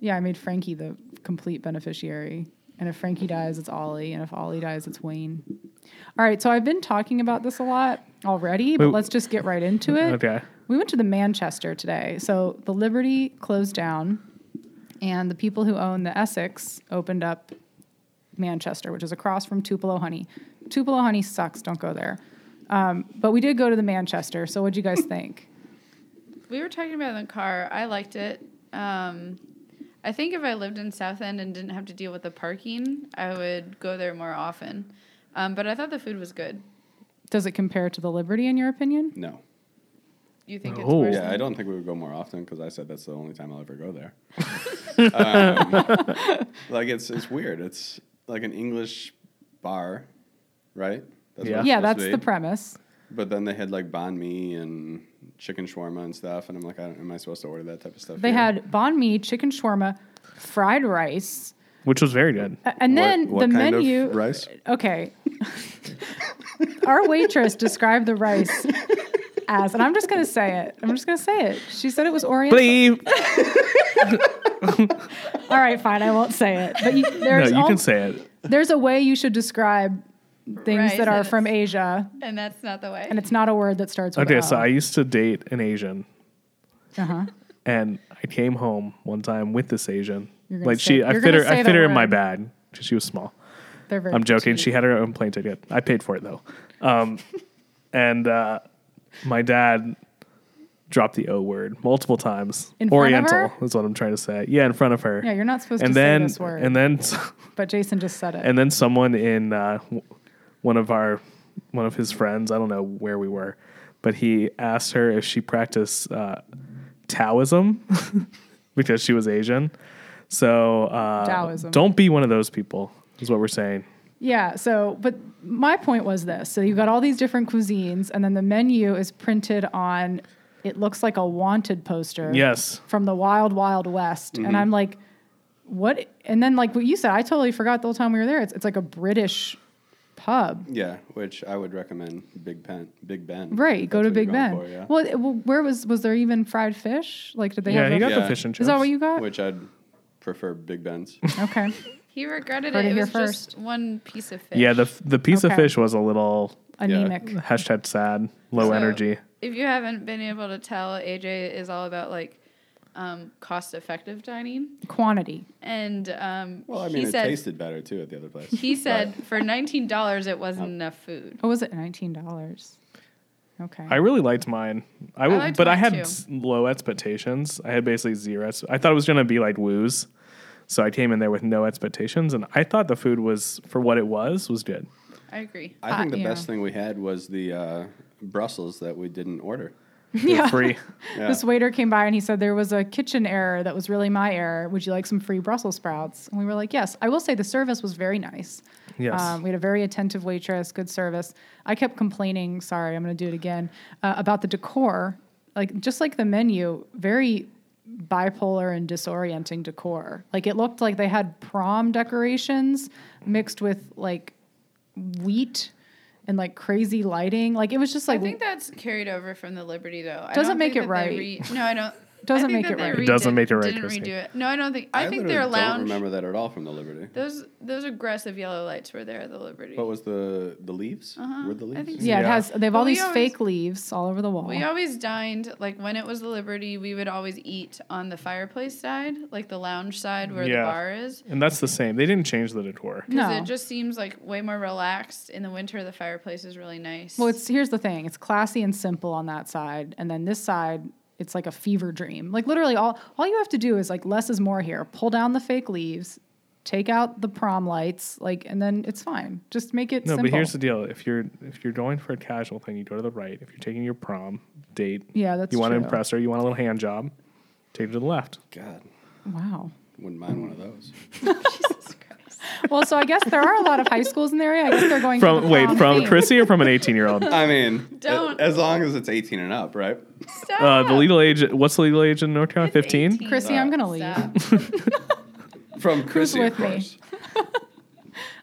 Speaker 2: Yeah, I made Frankie the complete beneficiary. And if Frankie dies, it's Ollie. And if Ollie dies, it's Wayne. All right, so I've been talking about this a lot already, but
Speaker 1: Wait.
Speaker 2: let's just get right into it.
Speaker 1: Okay.
Speaker 2: We went to the Manchester today. So the Liberty closed down, and the people who own the Essex opened up Manchester, which is across from Tupelo Honey. Tupelo Honey sucks. Don't go there. Um, but we did go to the Manchester. So what'd you guys think?
Speaker 3: we were talking about it in the car i liked it um, i think if i lived in south end and didn't have to deal with the parking i would go there more often um, but i thought the food was good
Speaker 2: Does it compare to the Liberty in your opinion?
Speaker 4: No.
Speaker 3: you think it's
Speaker 1: Oh.
Speaker 3: worse
Speaker 4: Yeah,
Speaker 3: than-
Speaker 4: I don't think we would go more often because I said that's the only time I'll ever go there. um, like it's it's weird. It's like an English bar, right? That's
Speaker 1: Yeah.
Speaker 4: what it's
Speaker 2: Yeah,
Speaker 4: supposed
Speaker 2: that's
Speaker 4: to
Speaker 2: the
Speaker 4: be.
Speaker 2: premise.
Speaker 4: But then they had like banh mi and chicken shawarma and stuff, and I'm like, I don't, am I supposed to order that type of stuff?
Speaker 2: They
Speaker 4: here?
Speaker 2: had banh mi, chicken shawarma, fried rice,
Speaker 1: Which was very good.
Speaker 2: A- and
Speaker 4: What-
Speaker 2: then
Speaker 4: what
Speaker 2: the
Speaker 4: kind of
Speaker 2: menu.
Speaker 4: rice.
Speaker 2: Okay. Our waitress described the rice as, and I'm just going to say it. I'm just going to say it. She said it was Oriental.
Speaker 1: Believe.
Speaker 2: All right, fine. I won't say it. But you,
Speaker 1: No,
Speaker 2: there's,
Speaker 1: you
Speaker 2: al-
Speaker 1: can say it.
Speaker 2: there's a way you should describe things
Speaker 3: Rice
Speaker 2: that are
Speaker 3: and
Speaker 2: from
Speaker 3: it's-
Speaker 2: Asia,
Speaker 3: and that's not the way
Speaker 2: and it's not a word that starts with
Speaker 1: Okay,
Speaker 2: O.
Speaker 1: so I used to date an Asian,
Speaker 2: Uh-huh.
Speaker 1: and I came home one time with this Asian.
Speaker 2: You're gonna
Speaker 1: Like
Speaker 2: say-
Speaker 1: she, I
Speaker 2: you're
Speaker 1: fit
Speaker 2: gonna
Speaker 1: her.
Speaker 2: say
Speaker 1: I
Speaker 2: the
Speaker 1: fit her in my
Speaker 2: word.
Speaker 1: bag because she was small.
Speaker 2: They're very
Speaker 1: I'm joking.
Speaker 2: cute.
Speaker 1: She had her own plane ticket. I paid for it though. Um, and uh, my dad dropped the O word multiple times.
Speaker 2: In front of
Speaker 1: Oriental
Speaker 2: her?
Speaker 1: is what I'm trying to say. Yeah, in front of her.
Speaker 2: Yeah, you're not supposed
Speaker 1: and
Speaker 2: to
Speaker 1: then,
Speaker 2: say this word,
Speaker 1: And then,
Speaker 2: but Jason just said it.
Speaker 1: and then someone in uh, w- one of our one of his friends. I don't know where we were, but he asked her if she practiced uh, Taoism because she was Asian. So uh,
Speaker 2: Taoism.
Speaker 1: Don't be one of those people. Is what we're saying.
Speaker 2: Yeah. So, but my point was this: so you've got all these different cuisines, and then the menu is printed on. It looks like a wanted poster.
Speaker 1: Yes.
Speaker 2: From the Wild Wild West,
Speaker 4: Mm-hmm.
Speaker 2: and I'm like, what? And then like what you said, I totally forgot the whole time we were there. It's it's like a British pub.
Speaker 4: Yeah, which I would recommend Big Ben. Big Ben.
Speaker 2: Right, go
Speaker 4: That's
Speaker 2: to
Speaker 4: what you're
Speaker 2: Big Ben.
Speaker 4: going for, yeah.
Speaker 2: Well, it- well, where was was there even fried fish? Like, did they
Speaker 1: Yeah,
Speaker 2: have?
Speaker 1: he got
Speaker 2: those?
Speaker 1: the
Speaker 4: Yeah.
Speaker 1: fish and chips.
Speaker 2: Is that what you got?
Speaker 4: Which I'd prefer Big Ben's.
Speaker 2: Okay,
Speaker 3: he regretted
Speaker 2: Heard
Speaker 3: it
Speaker 2: it
Speaker 3: it
Speaker 2: here
Speaker 3: was
Speaker 2: first.
Speaker 3: just one piece of fish
Speaker 1: Yeah, the f- the piece of
Speaker 2: Okay.
Speaker 1: fish was a little
Speaker 2: anemic.
Speaker 1: hashtag sad, low
Speaker 3: So,
Speaker 1: energy.
Speaker 3: If you haven't been able to tell, AJ is all about like um, cost effective dining.
Speaker 2: Quantity.
Speaker 3: And um,
Speaker 4: Well, I
Speaker 3: he
Speaker 4: mean, it
Speaker 3: said
Speaker 4: tasted better too at the other place.
Speaker 3: he
Speaker 4: But
Speaker 3: said for nineteen dollars it wasn't enough food.
Speaker 2: What was it? Nineteen dollars. Okay.
Speaker 1: I really liked mine. I, w-
Speaker 3: liked
Speaker 1: but I
Speaker 3: mine
Speaker 1: had
Speaker 3: too.
Speaker 1: s- low expectations. I had basically zero. ex- I thought it was going to be like woos, so I came in there with no expectations, and I thought the food was for what it was was good.
Speaker 3: I agree.
Speaker 4: I think
Speaker 2: Uh,
Speaker 4: the
Speaker 2: yeah.
Speaker 4: best thing we had was the uh, Brussels that we didn't order.
Speaker 1: They were free.
Speaker 4: Yeah.
Speaker 2: This waiter came by and he said there was a kitchen error that was really my error. Would you like some free Brussels sprouts? And we were like, yes. I will say the service was very nice.
Speaker 1: Yes.
Speaker 2: Um, we had a very attentive waitress, good service. I kept complaining. Sorry, I'm going to do it again uh, about the decor. Like just like the menu, very bipolar and disorienting decor. Like it looked like they had prom decorations mixed with like wheat and like crazy lighting. Like it was just
Speaker 3: I
Speaker 2: like
Speaker 3: think that's carried over from the Liberty though. I
Speaker 2: Doesn't
Speaker 3: don't
Speaker 2: make
Speaker 3: think
Speaker 2: it
Speaker 3: that they
Speaker 2: right.
Speaker 3: Re- no, I don't.
Speaker 2: Doesn't
Speaker 3: I
Speaker 2: make
Speaker 3: think that
Speaker 2: it
Speaker 3: they
Speaker 2: right.
Speaker 3: redid-
Speaker 1: Doesn't make it right,
Speaker 3: Didn't
Speaker 1: Christy.
Speaker 3: redo it. No, I don't think. I, think
Speaker 4: literally
Speaker 3: their
Speaker 4: don't
Speaker 3: lounge.
Speaker 4: remember that at all from the Liberty.
Speaker 3: Those those aggressive yellow lights were there at the Liberty.
Speaker 4: What was the the leaves?
Speaker 3: Uh-huh.
Speaker 4: Were the
Speaker 3: I
Speaker 4: leaves?
Speaker 3: think
Speaker 2: Yeah, it
Speaker 1: Yeah.
Speaker 2: has. They have all
Speaker 3: But we
Speaker 2: these
Speaker 3: always-
Speaker 2: fake leaves all over the wall.
Speaker 3: We always dined like when it was the Liberty, we would always eat on the fireplace side, like the lounge side where
Speaker 1: Yeah.
Speaker 3: the bar is.
Speaker 1: and that's the same. They didn't change the decor.
Speaker 3: Because
Speaker 2: No.
Speaker 3: it just seems like way more relaxed. In the winter, the fireplace is really nice.
Speaker 2: well, it's here's the thing. It's classy and simple on that side, and then this side, it's like a fever dream. Like literally, all all you have to do is like less is more here. Pull down the fake leaves, take out the prom lights, like, and then it's fine. Just make it
Speaker 1: No,
Speaker 2: simple.
Speaker 1: but here's the deal: if you're if you're going for a casual thing, you go to the right. If you're taking your prom date,
Speaker 2: yeah, that's
Speaker 1: you want to
Speaker 2: true.
Speaker 1: impress her, you want a little hand job, take it to the left.
Speaker 4: God,
Speaker 2: Wow.
Speaker 4: wouldn't mind one of those.
Speaker 3: Jesus Christ.
Speaker 2: Well, so I guess there are a lot of high schools in the area. I guess they're going for
Speaker 1: From
Speaker 2: the
Speaker 1: wait,
Speaker 2: prom
Speaker 1: from
Speaker 2: theme.
Speaker 1: Chrissy or from an 18 year old?
Speaker 4: I mean,
Speaker 3: Don't.
Speaker 4: as long as it's 18 and up, right?
Speaker 3: Stop.
Speaker 1: Uh, the legal age. What's the legal age in North Carolina?
Speaker 3: It's
Speaker 1: 15.
Speaker 3: 18.
Speaker 2: Chrissy, I'm gonna leave.
Speaker 3: Stop.
Speaker 4: From Chrissy,
Speaker 2: with
Speaker 4: of
Speaker 2: me?
Speaker 4: course.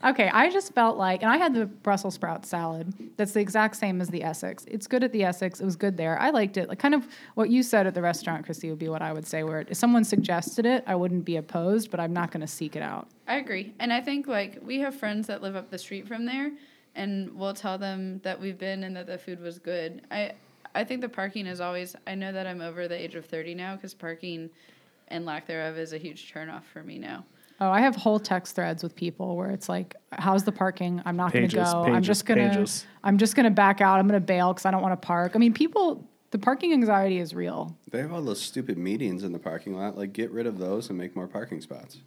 Speaker 2: Okay, I just felt like, and I had the Brussels sprout salad. That's the exact same as the Essex. It's good at the Essex. It was good there. I liked it. Like kind of what you said at the restaurant, Christy, would be what I would say. Where if someone suggested it, I wouldn't be opposed, but I'm not going to seek it out.
Speaker 3: I agree. And I think like we have friends that live up the street from there and we'll tell them that we've been and that the food was good. I I think the parking is always I know that I'm over the age of 30 now cuz parking and lack thereof is a huge turnoff for me now.
Speaker 2: Oh, I have whole text threads with people where it's like, "How's the parking? I'm not going to go.
Speaker 1: Pages,
Speaker 2: I'm
Speaker 1: pages,
Speaker 2: just going to.
Speaker 1: pages.
Speaker 2: I'm just going to back out. I'm going to bail because I don't want to park." I mean, people, the parking anxiety is real.
Speaker 4: They have all those stupid meetings in the parking lot. Like, get rid of those and make more parking spots.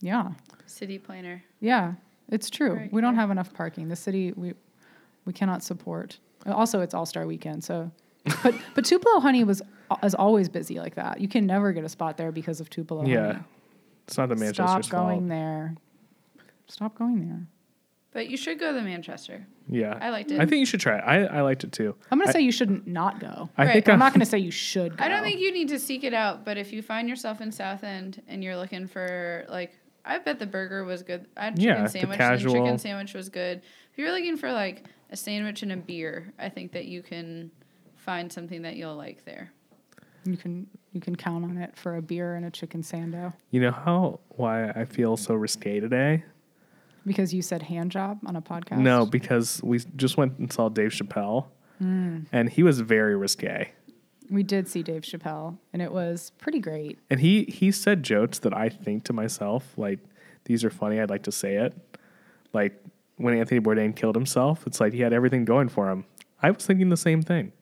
Speaker 2: Yeah.
Speaker 3: City planner.
Speaker 2: Yeah, it's true.
Speaker 3: Right,
Speaker 2: we don't
Speaker 3: yeah.
Speaker 2: have enough parking. The city we we cannot support. Also, it's All Star Weekend, so. but but Tupelo Honey was is always busy like that. You can never get a spot there because of Tupelo.
Speaker 1: Yeah,
Speaker 2: Honey.
Speaker 1: it's not the Manchester's
Speaker 2: Stop going
Speaker 1: fault.
Speaker 2: there. Stop going there.
Speaker 3: But you should go to Manchester.
Speaker 1: Yeah,
Speaker 3: I liked it.
Speaker 1: I think you should try it. I, I liked it too.
Speaker 2: I'm gonna
Speaker 1: I-
Speaker 2: say you shouldn't not go.
Speaker 1: I
Speaker 3: Right,
Speaker 1: think
Speaker 2: I'm
Speaker 1: I-
Speaker 2: not gonna say you should. go.
Speaker 3: I don't think you need to seek it out, but if you find yourself in South End and you're looking for like I bet the burger was good. I had chicken
Speaker 1: Yeah, the
Speaker 3: sandwich
Speaker 1: casual-
Speaker 3: and chicken sandwich was good. If you're looking for like a sandwich and a beer, I think that you can find something that you'll like there.
Speaker 2: you can you can count on it for a beer and a chicken sando
Speaker 1: You know how why I feel so risque today?
Speaker 2: because you said hand job on a podcast.
Speaker 1: No, because we just went and saw Dave Chappelle,
Speaker 2: Mm.
Speaker 1: and he was very risque.
Speaker 2: we did see Dave Chappelle, and it was pretty great.
Speaker 1: And he he said jokes that I think to myself like these are funny. I'd like to say it. Like when Anthony Bourdain killed himself, it's like he had everything going for him. I was thinking the same thing.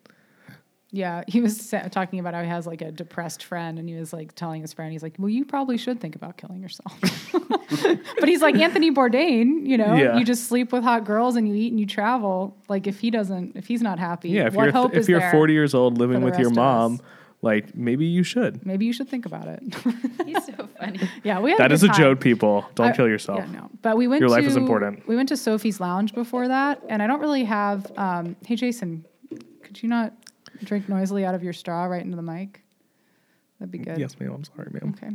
Speaker 2: Yeah, he was sa- talking about how he has like a depressed friend, and he was like telling his friend, he's like, "Well, you probably should think about killing yourself." but he's like Anthony Bourdain, you know,
Speaker 1: Yeah.
Speaker 2: you just sleep with hot girls and you eat and you travel. Like if he doesn't, if he's not happy,
Speaker 1: Yeah, if
Speaker 2: what
Speaker 1: you're
Speaker 2: hope
Speaker 1: if
Speaker 2: is
Speaker 1: you're
Speaker 2: there?
Speaker 1: 40 years old living
Speaker 2: the
Speaker 1: with your
Speaker 2: rest of us?
Speaker 1: mom, like maybe you should.
Speaker 2: maybe you should think about it.
Speaker 3: He's so funny.
Speaker 2: yeah, we had
Speaker 1: That is
Speaker 2: good
Speaker 1: a
Speaker 2: time.
Speaker 1: joke, people. Don't
Speaker 2: I-
Speaker 1: kill yourself.
Speaker 2: Yeah, no. But we went.
Speaker 1: Your life
Speaker 2: to-
Speaker 1: is important.
Speaker 2: We went to Sophie's Lounge before that, and I don't really have. Um, hey, Jason, could you not drink noisily out of your straw right into the mic? That'd be good.
Speaker 1: Yes, ma'am. I'm sorry, ma'am.
Speaker 2: Okay.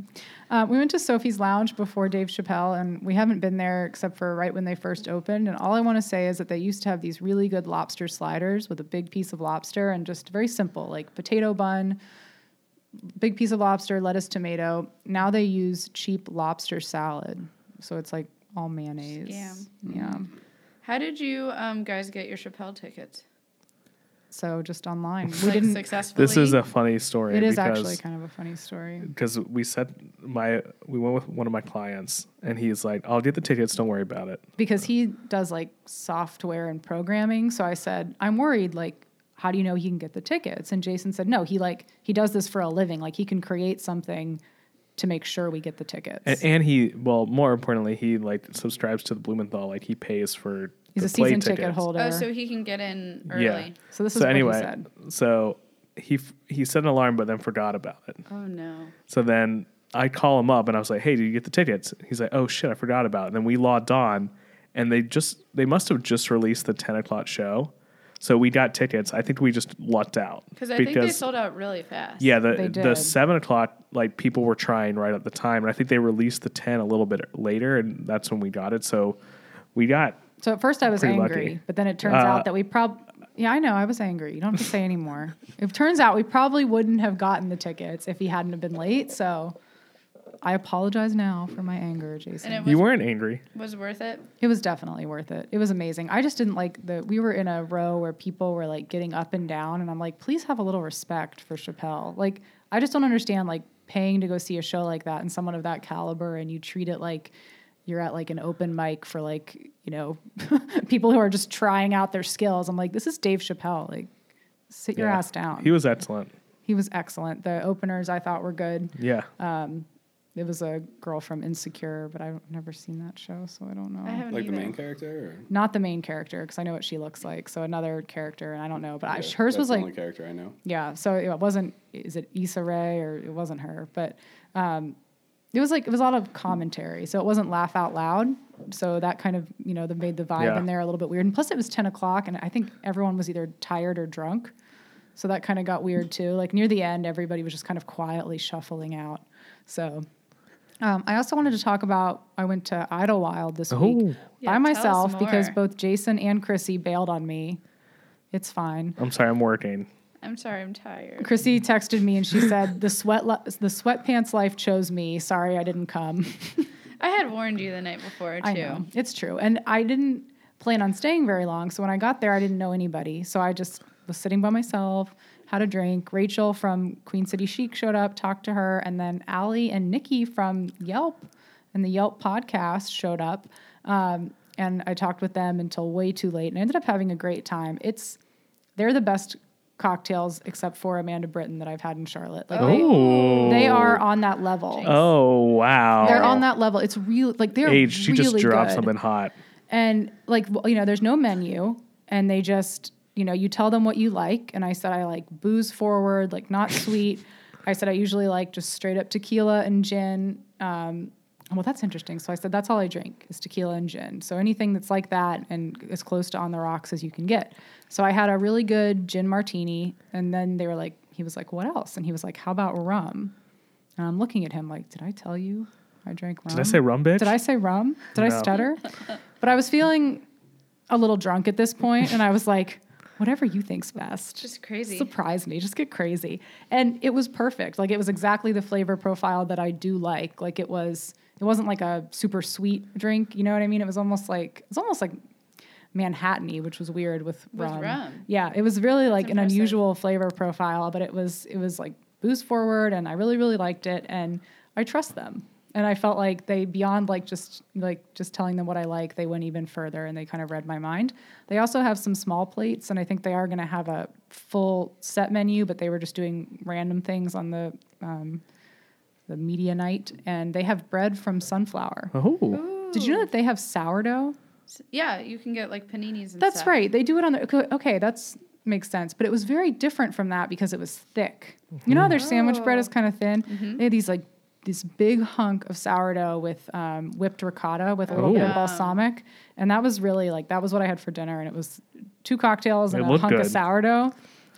Speaker 2: Uh, we went to Sophie's Lounge before Dave Chappelle, and we haven't been there except for right when they first opened. And all I want to say is that they used to have these really good lobster sliders with a big piece of lobster and just very simple, like potato bun, big piece of lobster, lettuce, tomato. Now they use cheap lobster salad. So it's like all mayonnaise.
Speaker 3: Scam.
Speaker 2: Yeah.
Speaker 3: How did you um, guys get your Chappelle tickets?
Speaker 2: So just online. We
Speaker 3: like
Speaker 2: didn't.
Speaker 3: successfully.
Speaker 1: This is a funny story.
Speaker 2: It is
Speaker 1: because
Speaker 2: actually kind of a funny story.
Speaker 1: because we said my we went with one of my clients and he's like i'll get the tickets don't worry about it
Speaker 2: because he does like software and programming. So I said, I'm worried, like, how do you know he can get the tickets? And Jason said, No, he like he does this for a living. Like he can create something to make sure we get the tickets.
Speaker 1: and, and he well more importantly he like subscribes to the blumenthal like he pays for
Speaker 2: He's
Speaker 1: the
Speaker 2: a
Speaker 1: play
Speaker 2: season ticket
Speaker 1: tickets.
Speaker 2: holder.
Speaker 3: oh, so he can get in early.
Speaker 1: yeah
Speaker 2: So this is
Speaker 1: so
Speaker 2: what he
Speaker 1: anyway
Speaker 2: said.
Speaker 1: so he f- he set an alarm but then forgot about it
Speaker 3: Oh no.
Speaker 1: so then i call him up and i was like hey did you get the tickets he's like oh shit i forgot about it and then we logged on and they just they must have just released the 10 o'clock show so we got tickets i think we just lucked out
Speaker 3: Because I think they sold out really fast.
Speaker 1: Yeah, the
Speaker 2: They
Speaker 1: the
Speaker 2: did.
Speaker 1: seven o'clock like people were trying right at the time, and I think they released the ten a little bit later, and that's when we got it. So we got
Speaker 2: so at first I was
Speaker 1: Pretty
Speaker 2: angry,
Speaker 1: lucky. Uh,
Speaker 2: but then it turns out that we probably yeah, I know. I was angry. You don't have to say anymore. it turns out we probably wouldn't have gotten the tickets if he hadn't have been late. So I apologize now for my anger, Jason.
Speaker 3: And it was,
Speaker 1: you weren't angry.
Speaker 3: was worth it.
Speaker 2: It was definitely worth it. It was amazing. I just didn't like the. We were in a row where people were like getting up and down, and I'm like, please have a little respect for Chappelle. Like, I just don't understand like paying to go see a show like that and someone of that caliber, and you treat it like you're at like an open mic for like you know people who are just trying out their skills. I'm like, this is Dave Chappelle. Like, sit your
Speaker 1: Yeah.
Speaker 2: ass down.
Speaker 1: He was excellent.
Speaker 2: he was excellent. The openers I thought were good.
Speaker 1: Yeah,
Speaker 2: Uh, It was a girl from Insecure, but I've never seen that show, so I don't know
Speaker 3: I haven't
Speaker 4: Oh. Like the
Speaker 3: either.
Speaker 4: main character? Or?
Speaker 2: not the main character because I know what she looks like. So another character, and I don't know, but I,
Speaker 4: Yeah,
Speaker 2: hers
Speaker 4: that's
Speaker 2: was
Speaker 4: the
Speaker 2: like,
Speaker 4: only character I know.
Speaker 2: yeah. So it wasn't. Is it Issa Rae or it wasn't her? But um, it was like it was a lot of commentary. So it wasn't laugh out loud. So that kind of you know that made the vibe
Speaker 1: Yeah.
Speaker 2: in there a little bit weird. And plus it was ten o'clock, and I think everyone was either tired or drunk. So that kind of got weird too. Like near the end, everybody was just kind of quietly shuffling out. So. Um, I also wanted to talk about. I went to Idlewild this
Speaker 1: Oh.
Speaker 2: week
Speaker 3: Yeah,
Speaker 2: by
Speaker 3: tell us
Speaker 2: myself because
Speaker 3: more.
Speaker 2: both Jason and Chrissy bailed on me. It's fine.
Speaker 1: I'm sorry, I'm working.
Speaker 3: I'm sorry, I'm tired.
Speaker 2: Chrissy texted me and she said, "The sweat, li- the sweatpants life chose me. Sorry, I didn't come."
Speaker 3: I had warned you the night before too.
Speaker 2: I know it's true, and I didn't plan on staying very long. So when I got there, I didn't know anybody. So I just was sitting by myself, had a drink. Rachel from Queen City Chic showed up, talked to her, and then Allie and Nikki from Yelp and the Yelp podcast showed up, um, and I talked with them until way too late, and I ended up having a great time. It's they're the best cocktails except for Amanda Britton that I've had in Charlotte. Like they-
Speaker 1: Oh,
Speaker 2: they are on that level.
Speaker 1: Oh wow,
Speaker 2: They're on that level. It's real. Like they're
Speaker 1: age. She
Speaker 2: really
Speaker 1: just dropped
Speaker 2: good.
Speaker 1: something hot.
Speaker 2: And like w- you know, there's no menu, and they just you know you tell them what you like. And I said I like booze forward, like not sweet. I said I usually like just straight up tequila and gin. Um, well, that's interesting. So I said that's all I drink is tequila and gin. So anything that's like that and as close to on the rocks as you can get. So I had a really good gin martini, and then they were like, he was like, what else? And he was like, how about rum? And I'm looking at him like, did I tell you I drank rum?
Speaker 1: Did I say rum, bitch?
Speaker 2: Did I say rum? Did I
Speaker 1: No.
Speaker 2: stutter? But I was feeling a little drunk at this point, and I was like, whatever you think's best.
Speaker 3: Just crazy.
Speaker 2: Surprise me. Just get crazy. And it was perfect. Like it was exactly the flavor profile that I do like. Like it was it wasn't like a super sweet drink, you know what I mean? It was almost like it's almost like Manhattan-y, which was weird with,
Speaker 3: With
Speaker 2: rum.
Speaker 3: rum.
Speaker 2: Yeah, it was really like an
Speaker 3: impressive.
Speaker 2: unusual flavor profile, but it was it was like booze forward and I really really liked it and I trust them. And I felt like they beyond like just like just telling them what I like, they went even further and they kind of read my mind. They also have some small plates and I think they are going to have a full set menu, but they were just doing random things on the um, the media night and they have bread from sunflower.
Speaker 1: Oh,
Speaker 2: Did you know that they have sourdough?
Speaker 3: Yeah, you can get like paninis and
Speaker 2: That's
Speaker 3: stuff.
Speaker 2: right. They do it on their okay, okay. That's makes sense. But it was very different from that because it was thick. You know, how their sandwich bread
Speaker 3: Oh.
Speaker 2: is kind of thin.
Speaker 3: Mm-hmm.
Speaker 2: They had these like this big hunk of sourdough with um, whipped ricotta with a little bit
Speaker 1: Oh.
Speaker 2: of balsamic, and that was really like that was what I had for dinner, and it was two cocktails and
Speaker 1: It
Speaker 2: a
Speaker 1: looked
Speaker 2: hunk of
Speaker 1: good.
Speaker 2: sourdough.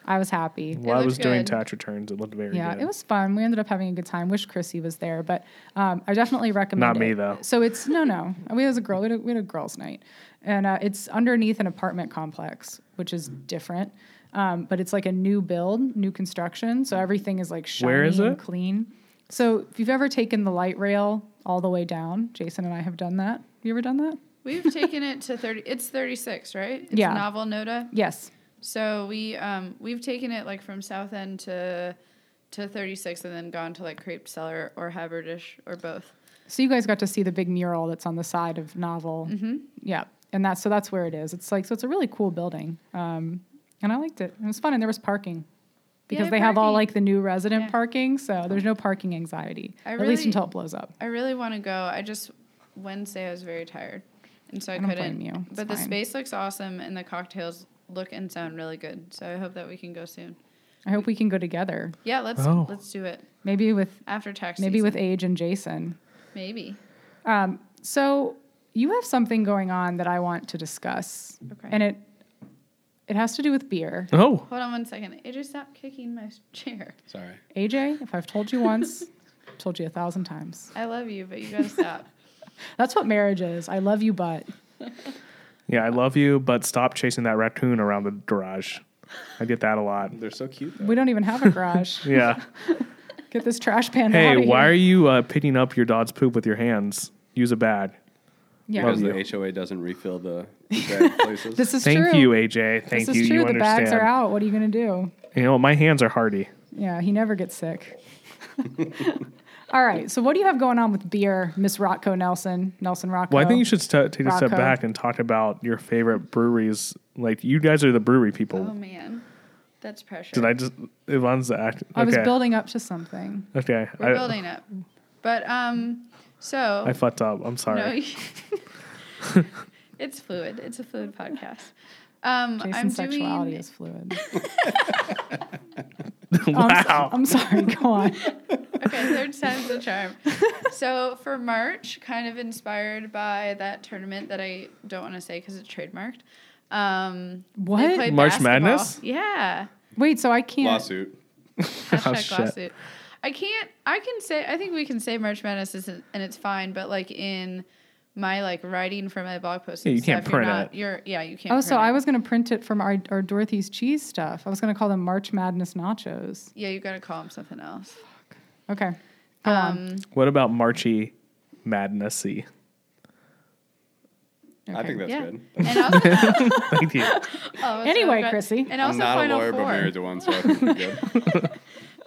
Speaker 2: I was happy.
Speaker 1: while I
Speaker 3: looked
Speaker 1: was doing
Speaker 3: good.
Speaker 1: tax returns, it looked very
Speaker 2: Yeah,
Speaker 1: good.
Speaker 2: it was fun. We ended up having a good time. Wish Chrissy was there, but um, I definitely recommend.
Speaker 1: Not me,
Speaker 2: it.
Speaker 1: though.
Speaker 2: So it's no, no. We as a girl, we had a, we had a girls' night, and uh, it's underneath an apartment complex, which is different. Um, but it's like a new build, new construction, so everything is like shiny
Speaker 1: Where is
Speaker 2: and
Speaker 1: it?
Speaker 2: clean. So if you've ever taken the light rail all the way down, Jason and I have done that. You ever done that?
Speaker 3: We've taken it to 30. It's 36, right? It's
Speaker 2: Yeah.
Speaker 3: Novel Noda.
Speaker 2: Yes.
Speaker 3: So we um we've taken it like from South End to to 36 and then gone to like Crepe Cellar or Haberdish or both.
Speaker 2: So you guys got to see the big mural that's on the side of Novel. Mm-hmm. Yeah, and that's so that's where it is. It's like so it's a really cool building, um, and I liked it. It was fun, and there was parking because
Speaker 3: Yeah,
Speaker 2: they have all
Speaker 3: parking.
Speaker 2: like the new resident
Speaker 3: Yeah.
Speaker 2: parking, so there's no parking anxiety
Speaker 3: I
Speaker 2: at least
Speaker 3: really-
Speaker 2: until it blows up.
Speaker 3: I really want to go. I just Wednesday I was very tired, and so I,
Speaker 2: I don't
Speaker 3: couldn't.
Speaker 2: blame you. It's
Speaker 3: But the
Speaker 2: fine.
Speaker 3: space looks awesome, and the cocktails look and sound really good. So I hope that we can go soon.
Speaker 2: I hope we can go together,
Speaker 3: Yeah, let's
Speaker 1: Oh.
Speaker 3: let's do it
Speaker 2: maybe with
Speaker 3: after tax.
Speaker 2: maybe
Speaker 3: season.
Speaker 2: with Age and Jason.
Speaker 3: maybe.
Speaker 2: Um, so you have something going on that I want to discuss,
Speaker 3: Okay.
Speaker 2: and it it has to do with beer.
Speaker 1: Oh,
Speaker 3: Hold on one second. AJ, stop kicking my chair.
Speaker 4: Sorry.
Speaker 2: AJ, if I've told you once, told you a thousand times.
Speaker 3: I love you, but you gotta stop.
Speaker 2: That's what marriage is. I love you, but
Speaker 1: yeah, I love you, but stop chasing that raccoon around the garage. I get that a lot.
Speaker 4: They're so cute. Though.
Speaker 2: we don't even have a garage.
Speaker 1: Yeah.
Speaker 2: Get this trash pan
Speaker 1: Hey,
Speaker 2: out of
Speaker 1: why
Speaker 2: here.
Speaker 1: are you uh, picking up your dog's poop with your hands? Use a bag.
Speaker 2: Yeah.
Speaker 4: Because
Speaker 1: Love
Speaker 4: the
Speaker 1: you.
Speaker 4: HOA doesn't refill the bag places.
Speaker 2: This is
Speaker 1: Thank
Speaker 2: true.
Speaker 1: you, AJ. Thank
Speaker 2: this
Speaker 1: you.
Speaker 2: is true.
Speaker 1: You
Speaker 2: the
Speaker 1: understand.
Speaker 2: bags are out. What are you going to do?
Speaker 1: You know, my hands are hardy.
Speaker 2: Yeah, he never gets sick. All right. So what do you have going on with beer, Miss Rocco Nelson, Nelson Rocco?
Speaker 1: Well, I think you should st- take a step
Speaker 2: Rocco.
Speaker 1: back and talk about your favorite breweries. Like you guys are the brewery people.
Speaker 3: Oh man, that's pressure.
Speaker 1: Did I just Yvonne's the act? Okay.
Speaker 2: I was building up to something.
Speaker 1: Okay.
Speaker 3: We're
Speaker 1: I,
Speaker 3: building up, but um, so
Speaker 1: I fucked up. I'm sorry.
Speaker 3: No, you- it's fluid. It's a fluid podcast. Um,
Speaker 2: Jason's
Speaker 3: I'm
Speaker 2: sexuality
Speaker 3: doing.
Speaker 2: is fluid. I'm, s-
Speaker 1: wow.
Speaker 2: I'm sorry. Go on.
Speaker 3: Okay, third time's the charm. So for March, kind of inspired by that tournament that I don't want to say because it's trademarked. Um, they
Speaker 2: What?
Speaker 3: played
Speaker 1: March
Speaker 3: basketball.
Speaker 1: Madness?
Speaker 3: Yeah.
Speaker 2: Wait. So I can't.
Speaker 4: Lawsuit.
Speaker 1: Oh,
Speaker 3: Hashtag
Speaker 1: shit.
Speaker 3: lawsuit. I can't. I can say. I think we can say March Madness is and it's fine. But like in my like writing for my blog post,
Speaker 1: Yeah,
Speaker 3: and
Speaker 1: you can't
Speaker 3: stuff, you're
Speaker 1: print
Speaker 3: not-
Speaker 1: it.
Speaker 3: You're yeah, you can't.
Speaker 2: Oh,
Speaker 3: print
Speaker 2: so I
Speaker 3: it.
Speaker 2: was going to print it from our, our Dorothy's cheese stuff. I was going to call them March Madness nachos.
Speaker 3: Yeah, you gotta call him something else.
Speaker 2: Okay. Go on.
Speaker 3: Um,
Speaker 1: What about Marchy Madnessy?
Speaker 4: I think that's
Speaker 3: yeah.
Speaker 4: good.
Speaker 3: And also,
Speaker 1: Thank you.
Speaker 3: Oh, that's
Speaker 2: Anyway,
Speaker 3: really good.
Speaker 2: Chrissy.
Speaker 3: And also
Speaker 4: I'm not a
Speaker 3: Final
Speaker 4: lawyer,
Speaker 3: Four.
Speaker 4: but married to one, so I think we're good.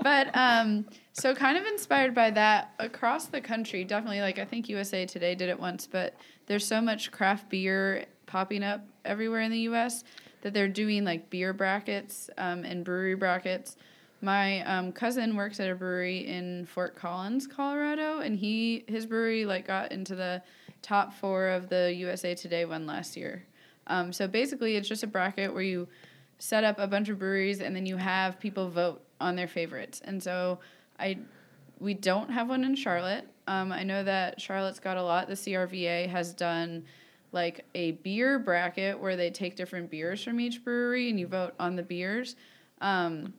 Speaker 3: But, um, so kind of inspired by that across the country, definitely. Like I think USA Today did it once, but there's so much craft beer popping up everywhere in the U.S. that they're doing like beer brackets um, and brewery brackets. My um, cousin works at a brewery in Fort Collins, Colorado, and he his brewery like got into the top four of the USA Today one last year. Um, so basically, it's just a bracket where you set up a bunch of breweries and then you have people vote on their favorites. And so I we don't have one in Charlotte. Um, I know that Charlotte's got a lot. The CRVA has done like a beer bracket where they take different beers from each brewery and you vote on the beers. Um,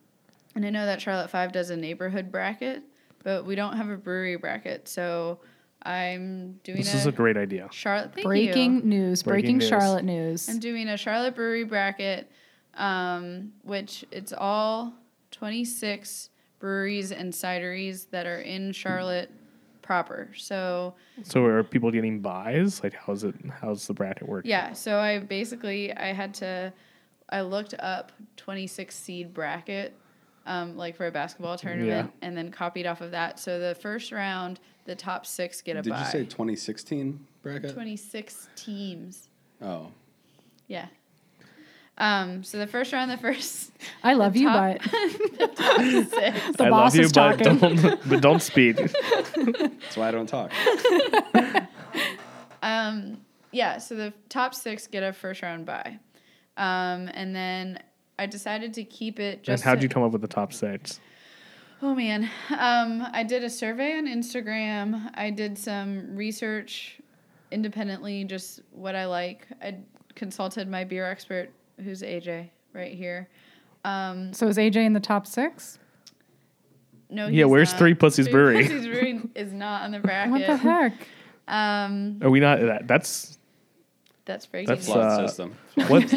Speaker 3: and I know that Charlotte Five does a neighborhood bracket, but we don't have a brewery bracket. So I'm doing
Speaker 1: This
Speaker 3: a,
Speaker 1: is a great idea.
Speaker 3: Charlotte. Thank
Speaker 2: breaking
Speaker 3: you.
Speaker 2: news, breaking,
Speaker 1: Breaking news.
Speaker 2: Charlotte news.
Speaker 3: I'm doing a Charlotte Brewery bracket, um, which it's all 26 breweries and cideries that are in Charlotte proper. So
Speaker 1: So are people getting buys? Like how's it how's the bracket work?
Speaker 3: yeah, so I basically I had to I looked up 26 seed bracket um, like for a basketball tournament and then copied off of that. So the first round, the top six get a
Speaker 4: Did
Speaker 3: bye.
Speaker 4: you say 2016 bracket?
Speaker 3: 26 teams.
Speaker 4: Oh,
Speaker 3: Yeah. Um, so the first round, the first
Speaker 2: I love you,
Speaker 3: top-
Speaker 2: but the
Speaker 3: six.
Speaker 1: I love
Speaker 2: boss
Speaker 1: you,
Speaker 2: is
Speaker 1: but
Speaker 2: talking.
Speaker 1: don't but don't speak.
Speaker 4: that's why I don't talk.
Speaker 3: Um, yeah, so the top six get a first round bye. Um, and then I decided to keep it
Speaker 1: and
Speaker 3: just.
Speaker 1: how'd
Speaker 3: to-
Speaker 1: you come up with the top six?
Speaker 3: Oh man, um, I did a survey on Instagram. I did some research independently, just what I like. I consulted my beer expert, who's AJ right here. Um,
Speaker 2: So is AJ in the top six?
Speaker 3: no,
Speaker 1: Yeah,
Speaker 3: he's
Speaker 1: where's
Speaker 3: not.
Speaker 1: Three Pussies Brewery?
Speaker 3: Pussies Brewery is not on the
Speaker 2: What the
Speaker 3: bracket.
Speaker 2: heck?
Speaker 3: Um,
Speaker 1: Are we not that that's
Speaker 3: that's breaking.
Speaker 1: That's
Speaker 3: news.
Speaker 4: Flawed
Speaker 1: uh,
Speaker 4: system.
Speaker 1: what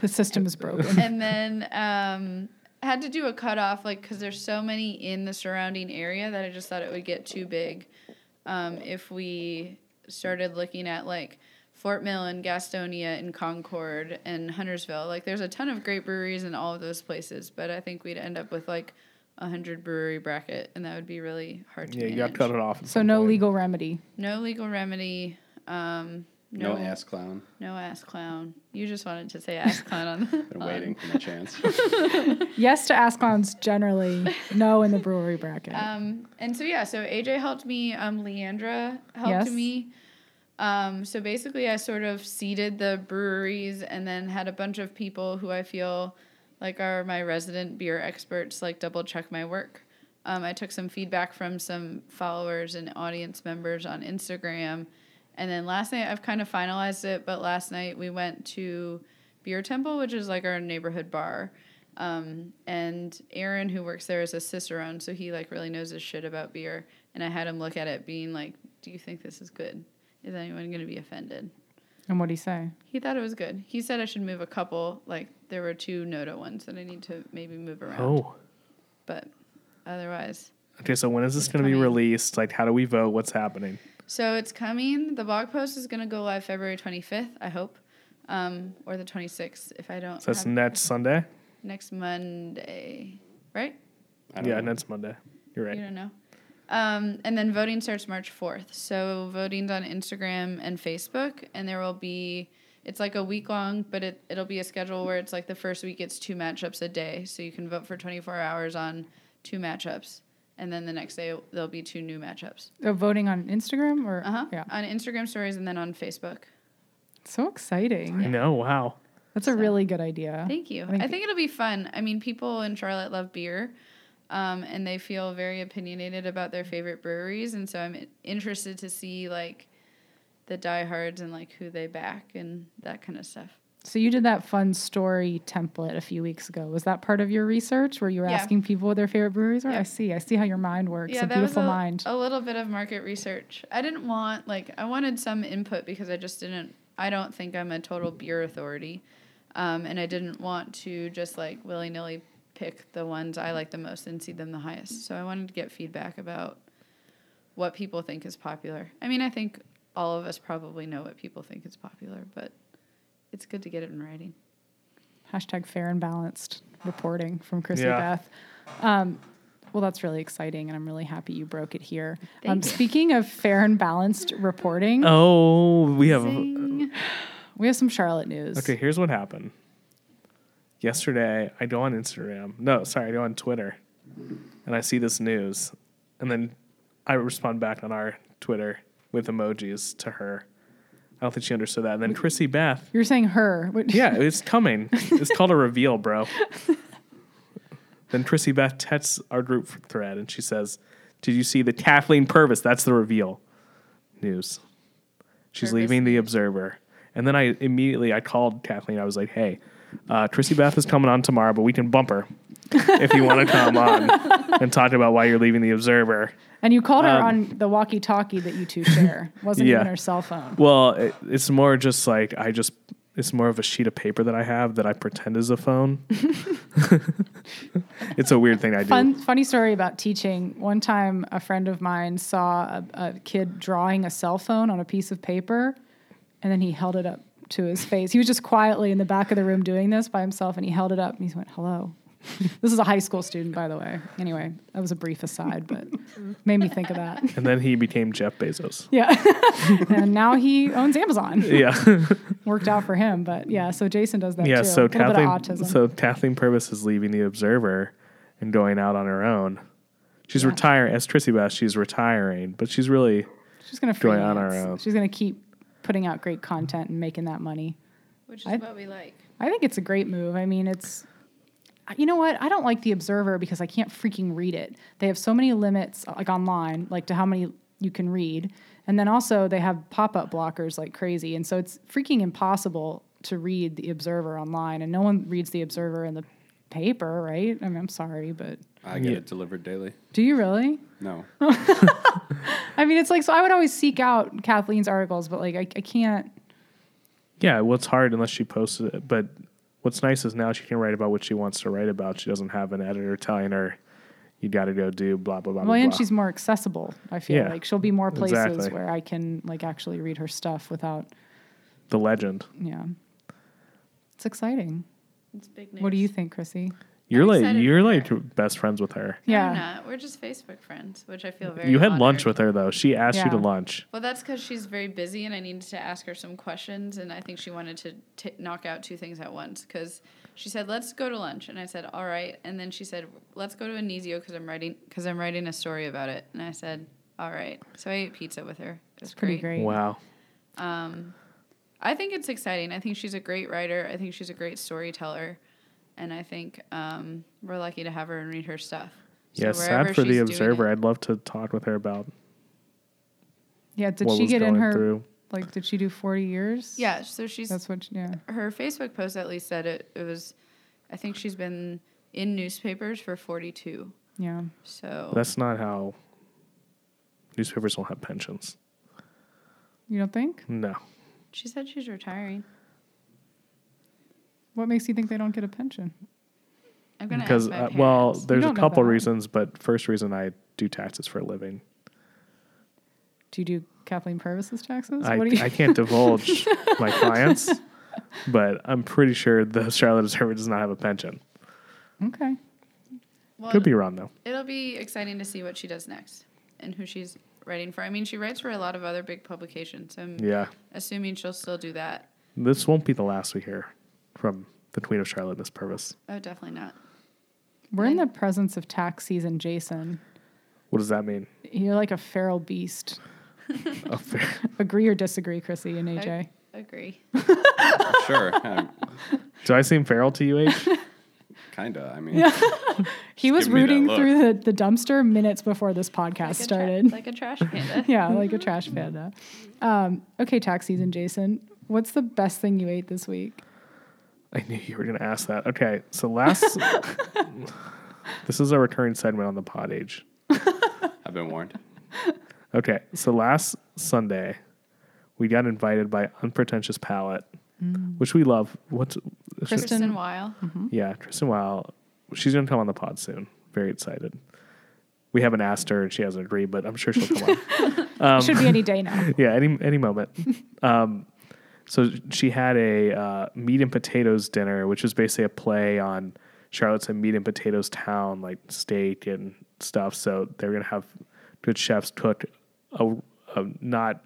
Speaker 2: The system is broken.
Speaker 3: and then um, had to do a cutoff, like, because there's so many in the surrounding area that I just thought it would get too big um, if we started looking at like Fort Mill and Gastonia and Concord and Huntersville. Like there's a ton of great breweries in all of those places, but I think we'd end up with like a hundred brewery bracket, and that would be really hard to
Speaker 1: Yeah, you got
Speaker 3: manage.
Speaker 1: to cut it off. at
Speaker 2: So
Speaker 1: some
Speaker 2: no
Speaker 1: point.
Speaker 2: legal remedy.
Speaker 3: No legal remedy. Um,
Speaker 4: No
Speaker 3: no,
Speaker 4: ass clown.
Speaker 3: No ass clown. You just wanted to say ass clown on the.
Speaker 4: Been
Speaker 3: on-
Speaker 4: waiting for my chance.
Speaker 2: Yes to ask clowns generally. No in the brewery bracket.
Speaker 3: Um, and so yeah, so AJ helped me. Um, Leandra helped
Speaker 2: Yes.
Speaker 3: me. Um, so basically, I sort of seeded the breweries, and then had a bunch of people who I feel like are my resident beer experts, like double check my work. Um, I took some feedback from some followers and audience members on Instagram, and then last night I've kind of finalized it. But last night we went to Beer Temple, which is like our neighborhood bar. Um, and Aaron, who works there, is a cicerone, so he like really knows his shit about beer. And I had him look at it, being like, "Do you think this is good? Is anyone going to be offended?"
Speaker 2: and what'd he say?
Speaker 3: He thought it was good. He said I should move a couple. Like there were two Noda ones that I need to maybe move around.
Speaker 1: Oh.
Speaker 3: But otherwise,
Speaker 1: Okay, so when is this going to be
Speaker 3: coming.
Speaker 1: released? Like, how do we vote? What's happening?
Speaker 3: So it's coming. The blog post is going to go live February 25th, I hope, um, or the 26th if I don't.
Speaker 1: So it's
Speaker 3: have-
Speaker 1: next Sunday?
Speaker 3: next Monday, right?
Speaker 4: I don't
Speaker 1: Yeah,
Speaker 4: know.
Speaker 1: next Monday. You're right.
Speaker 3: You don't know. Um, and then voting starts March 4th. So voting's on Instagram and Facebook, and there will be, it's like a week long, but it, it'll be a schedule where it's like the first week it's two matchups a day. So you can vote for 24 hours on two matchups, and then the next day there'll be two new matchups.
Speaker 2: Oh, voting on Instagram or
Speaker 3: Uh huh.
Speaker 2: yeah.
Speaker 3: On Instagram stories and then on Facebook.
Speaker 2: So exciting.
Speaker 1: I know. Wow.
Speaker 2: That's a really good idea.
Speaker 3: Thank you.
Speaker 2: Thank
Speaker 3: I
Speaker 2: you.
Speaker 3: think it'll be fun. I mean, people in Charlotte love beer, um, and they feel very opinionated about their favorite breweries, and so I'm i- interested to see like the diehards and like who they back and that kind of stuff.
Speaker 2: So you did that fun story template a few weeks ago. Was that part of your research where you were
Speaker 3: Yeah.
Speaker 2: asking people what their favorite breweries were?
Speaker 3: Yep.
Speaker 2: I see. I see how your mind works. a beautiful
Speaker 3: a,
Speaker 2: mind.
Speaker 3: a little bit of market research. I didn't want like I wanted some input because I just didn't. I don't think I'm a total beer authority, um, and I didn't want to just like willy nilly pick the ones I like the most and see them the highest. So I wanted to get feedback about what people think is popular. I mean, I think all of us probably know what people think is popular, but it's good to get it in writing.
Speaker 2: Hashtag fair and balanced reporting from Chrissy
Speaker 1: Yeah.
Speaker 2: Beth. Um, well, that's really exciting, and I'm really happy you broke it here.
Speaker 3: Thank
Speaker 2: um,
Speaker 3: you.
Speaker 2: Speaking of fair and balanced reporting,
Speaker 1: Oh, we have.
Speaker 3: Zing.
Speaker 2: we have some Charlotte news.
Speaker 1: Okay, here's what happened. Yesterday, I go on Instagram. No, sorry, I go on Twitter, and I see this news, and then I respond back on our Twitter with emojis to her. I don't think she understood that. And then Chrissy Beth.
Speaker 2: You're saying her. What-
Speaker 1: Yeah, it's coming. It's called a reveal, bro. then Chrissy Beth texts our group thread and she says, Did you see the Kathleen Purvis? That's the reveal news. She's
Speaker 3: Purvis
Speaker 1: leaving the Observer. And then I immediately I called Kathleen. I was like, Hey, uh, Chrissy Beth is coming on tomorrow, but we can bump her if you want to come on and talk about why you're leaving the Observer.
Speaker 2: And you called her on the walkie-talkie that you two share. Wasn't
Speaker 1: Um, Yeah.
Speaker 2: even her cell phone.
Speaker 1: Well, it, it's more just like I just. It's more of a sheet of paper that I have that I pretend is a phone. it's a weird thing I do.
Speaker 2: Fun, funny story about teaching. One time, a friend of mine saw a, a kid drawing a cell phone on a piece of paper, and then he held it up to his face. He was just quietly in the back of the room doing this by himself, and he held it up and he went, "Hello." this is a high school student, by the way. Anyway, that was a brief aside, but made me think of that.
Speaker 1: And then he became Jeff Bezos.
Speaker 2: Yeah, and now he owns Amazon.
Speaker 1: Yeah,
Speaker 2: Worked out for him, but yeah. So Jason does that
Speaker 1: yeah.
Speaker 2: too.
Speaker 1: So
Speaker 2: a little bit of
Speaker 1: Kathleen,
Speaker 2: autism.
Speaker 1: so Kathleen Purvis is leaving the Observer and going out on her own. She's retiring as Trissy Bass. She's retiring, but she's really
Speaker 2: She's gonna
Speaker 1: Going on
Speaker 2: freelance.
Speaker 1: our own.
Speaker 2: She's gonna keep putting out great content and making that money.
Speaker 3: Which is
Speaker 2: I-
Speaker 3: what we like.
Speaker 2: I think it's a great move. I mean, it's you know what? I don't like the Observer because I can't freaking read it. They have so many limits like online, like to how many you can read. And then also they have pop-up blockers like crazy. And so it's freaking impossible to read the Observer online and no one reads the Observer in the paper, right? I mean, I'm sorry, but
Speaker 4: I get
Speaker 1: Yeah.
Speaker 4: it delivered daily.
Speaker 2: do you really?
Speaker 4: No.
Speaker 2: I mean, it's like so I would always seek out Kathleen's articles, but like I, I can't
Speaker 1: yeah. Well, it's hard unless she posts it. But what's nice is now she can write about what she wants to write about. She doesn't have an editor telling her you got to go do blah blah blah.
Speaker 2: Well,
Speaker 1: blah,
Speaker 2: and
Speaker 1: blah.
Speaker 2: she's more accessible. I feel
Speaker 1: Yeah,
Speaker 2: like she'll be more places
Speaker 1: exactly.
Speaker 2: where I can like actually read her stuff without
Speaker 1: the legend.
Speaker 2: Yeah. It's exciting.
Speaker 3: It's big news.
Speaker 2: What do you think, Chrissy?
Speaker 1: You're
Speaker 3: I'm
Speaker 1: like
Speaker 3: excited
Speaker 1: you're
Speaker 3: for
Speaker 1: like
Speaker 3: her.
Speaker 1: best friends with her.
Speaker 2: Yeah.
Speaker 3: We're not. We're just Facebook friends, which I feel very.
Speaker 1: you had
Speaker 3: honored.
Speaker 1: lunch with her though. She asked you to
Speaker 2: Yeah.
Speaker 1: lunch.
Speaker 3: Well, that's because she's very busy, and I needed to ask her some questions, and I think she wanted to t- knock out two things at once. Because she said, "Let's go to lunch," and I said, "All right," and then she said, "Let's go to Anizio because I'm writing because I'm writing a story about it," and I said, "All right." So I ate pizza with her. It was
Speaker 2: It's pretty great.
Speaker 1: Wow.
Speaker 3: Um, I think it's exciting. I think she's a great writer. I think she's a great storyteller, and I think um, we're lucky to have her and read her stuff. So
Speaker 1: yeah,
Speaker 3: wherever
Speaker 1: sad for
Speaker 3: she's
Speaker 1: the
Speaker 3: doing
Speaker 1: observer.
Speaker 3: it-
Speaker 1: I'd love to talk with her about
Speaker 2: Yeah. Did
Speaker 1: what
Speaker 2: she
Speaker 1: was
Speaker 2: get
Speaker 1: going
Speaker 2: in her,
Speaker 1: through.
Speaker 2: like, did she do 40 years?
Speaker 3: Yeah, so she's
Speaker 2: That's what, yeah.
Speaker 3: her Facebook post at least said it, it was. I think she's been in newspapers for forty two.
Speaker 2: Yeah.
Speaker 3: So
Speaker 1: That's not how newspapers don't have pensions.
Speaker 2: You don't think?
Speaker 1: No.
Speaker 3: she said she's retiring.
Speaker 2: What makes you think they don't get a pension?
Speaker 3: I'm gonna
Speaker 1: Because
Speaker 3: ask my
Speaker 1: uh, well,
Speaker 3: parents.
Speaker 1: there's a
Speaker 2: don't know
Speaker 1: couple
Speaker 2: that.
Speaker 1: reasons, but first reason I do taxes for a living.
Speaker 2: Do you do Kathleen Purvis's taxes?
Speaker 1: I,
Speaker 2: what do you,
Speaker 1: I can't divulge my clients, but I'm pretty sure the Charlotte Observer does not have a pension.
Speaker 2: okay.
Speaker 3: Well,
Speaker 1: Could be wrong though.
Speaker 3: It'll be exciting to see what she does next and who she's writing for. I mean, she writes for a lot of other big publications. So I'm
Speaker 1: Yeah,
Speaker 3: assuming she'll still do that.
Speaker 1: this won't be the last we hear from the Queen of Charlotte, Miss Purvis.
Speaker 3: Oh, definitely not.
Speaker 2: We're in the presence of tax season, Jason.
Speaker 1: What does that mean?
Speaker 2: You're like a feral beast.
Speaker 1: A fair-
Speaker 2: Agree or disagree, Chrissy and AJ?
Speaker 3: Agree.
Speaker 4: sure, um,
Speaker 1: do I seem feral to you, H?
Speaker 4: kinda. I mean,
Speaker 2: he was
Speaker 4: give me that
Speaker 2: rooting
Speaker 4: look.
Speaker 2: through the, the dumpster minutes before this podcast
Speaker 3: Like a tra-
Speaker 2: started.
Speaker 3: like a trash panda.
Speaker 2: yeah, like a trash panda. Um, okay, tax season, Jason. What's the best thing you ate this week?
Speaker 1: I knew you were going to ask that. Okay, so last this is a recurring segment on the pod age.
Speaker 4: I've been warned.
Speaker 1: Okay, so last Sunday we got invited by Unpretentious Palette, which we love. What's
Speaker 2: Kristen-
Speaker 3: Kristen Weil.
Speaker 1: Yeah, Kristen Weil. She's going to come on the pod soon. Very excited. We haven't asked her and she hasn't agreed, but I'm sure she'll come on. Um,
Speaker 2: Should be any day now.
Speaker 1: yeah, any any moment. um, so she had a uh, meat and potatoes dinner, which was basically a play on Charlotte's a meat and potatoes town, like steak and stuff. So they were gonna have good chefs cook a, a not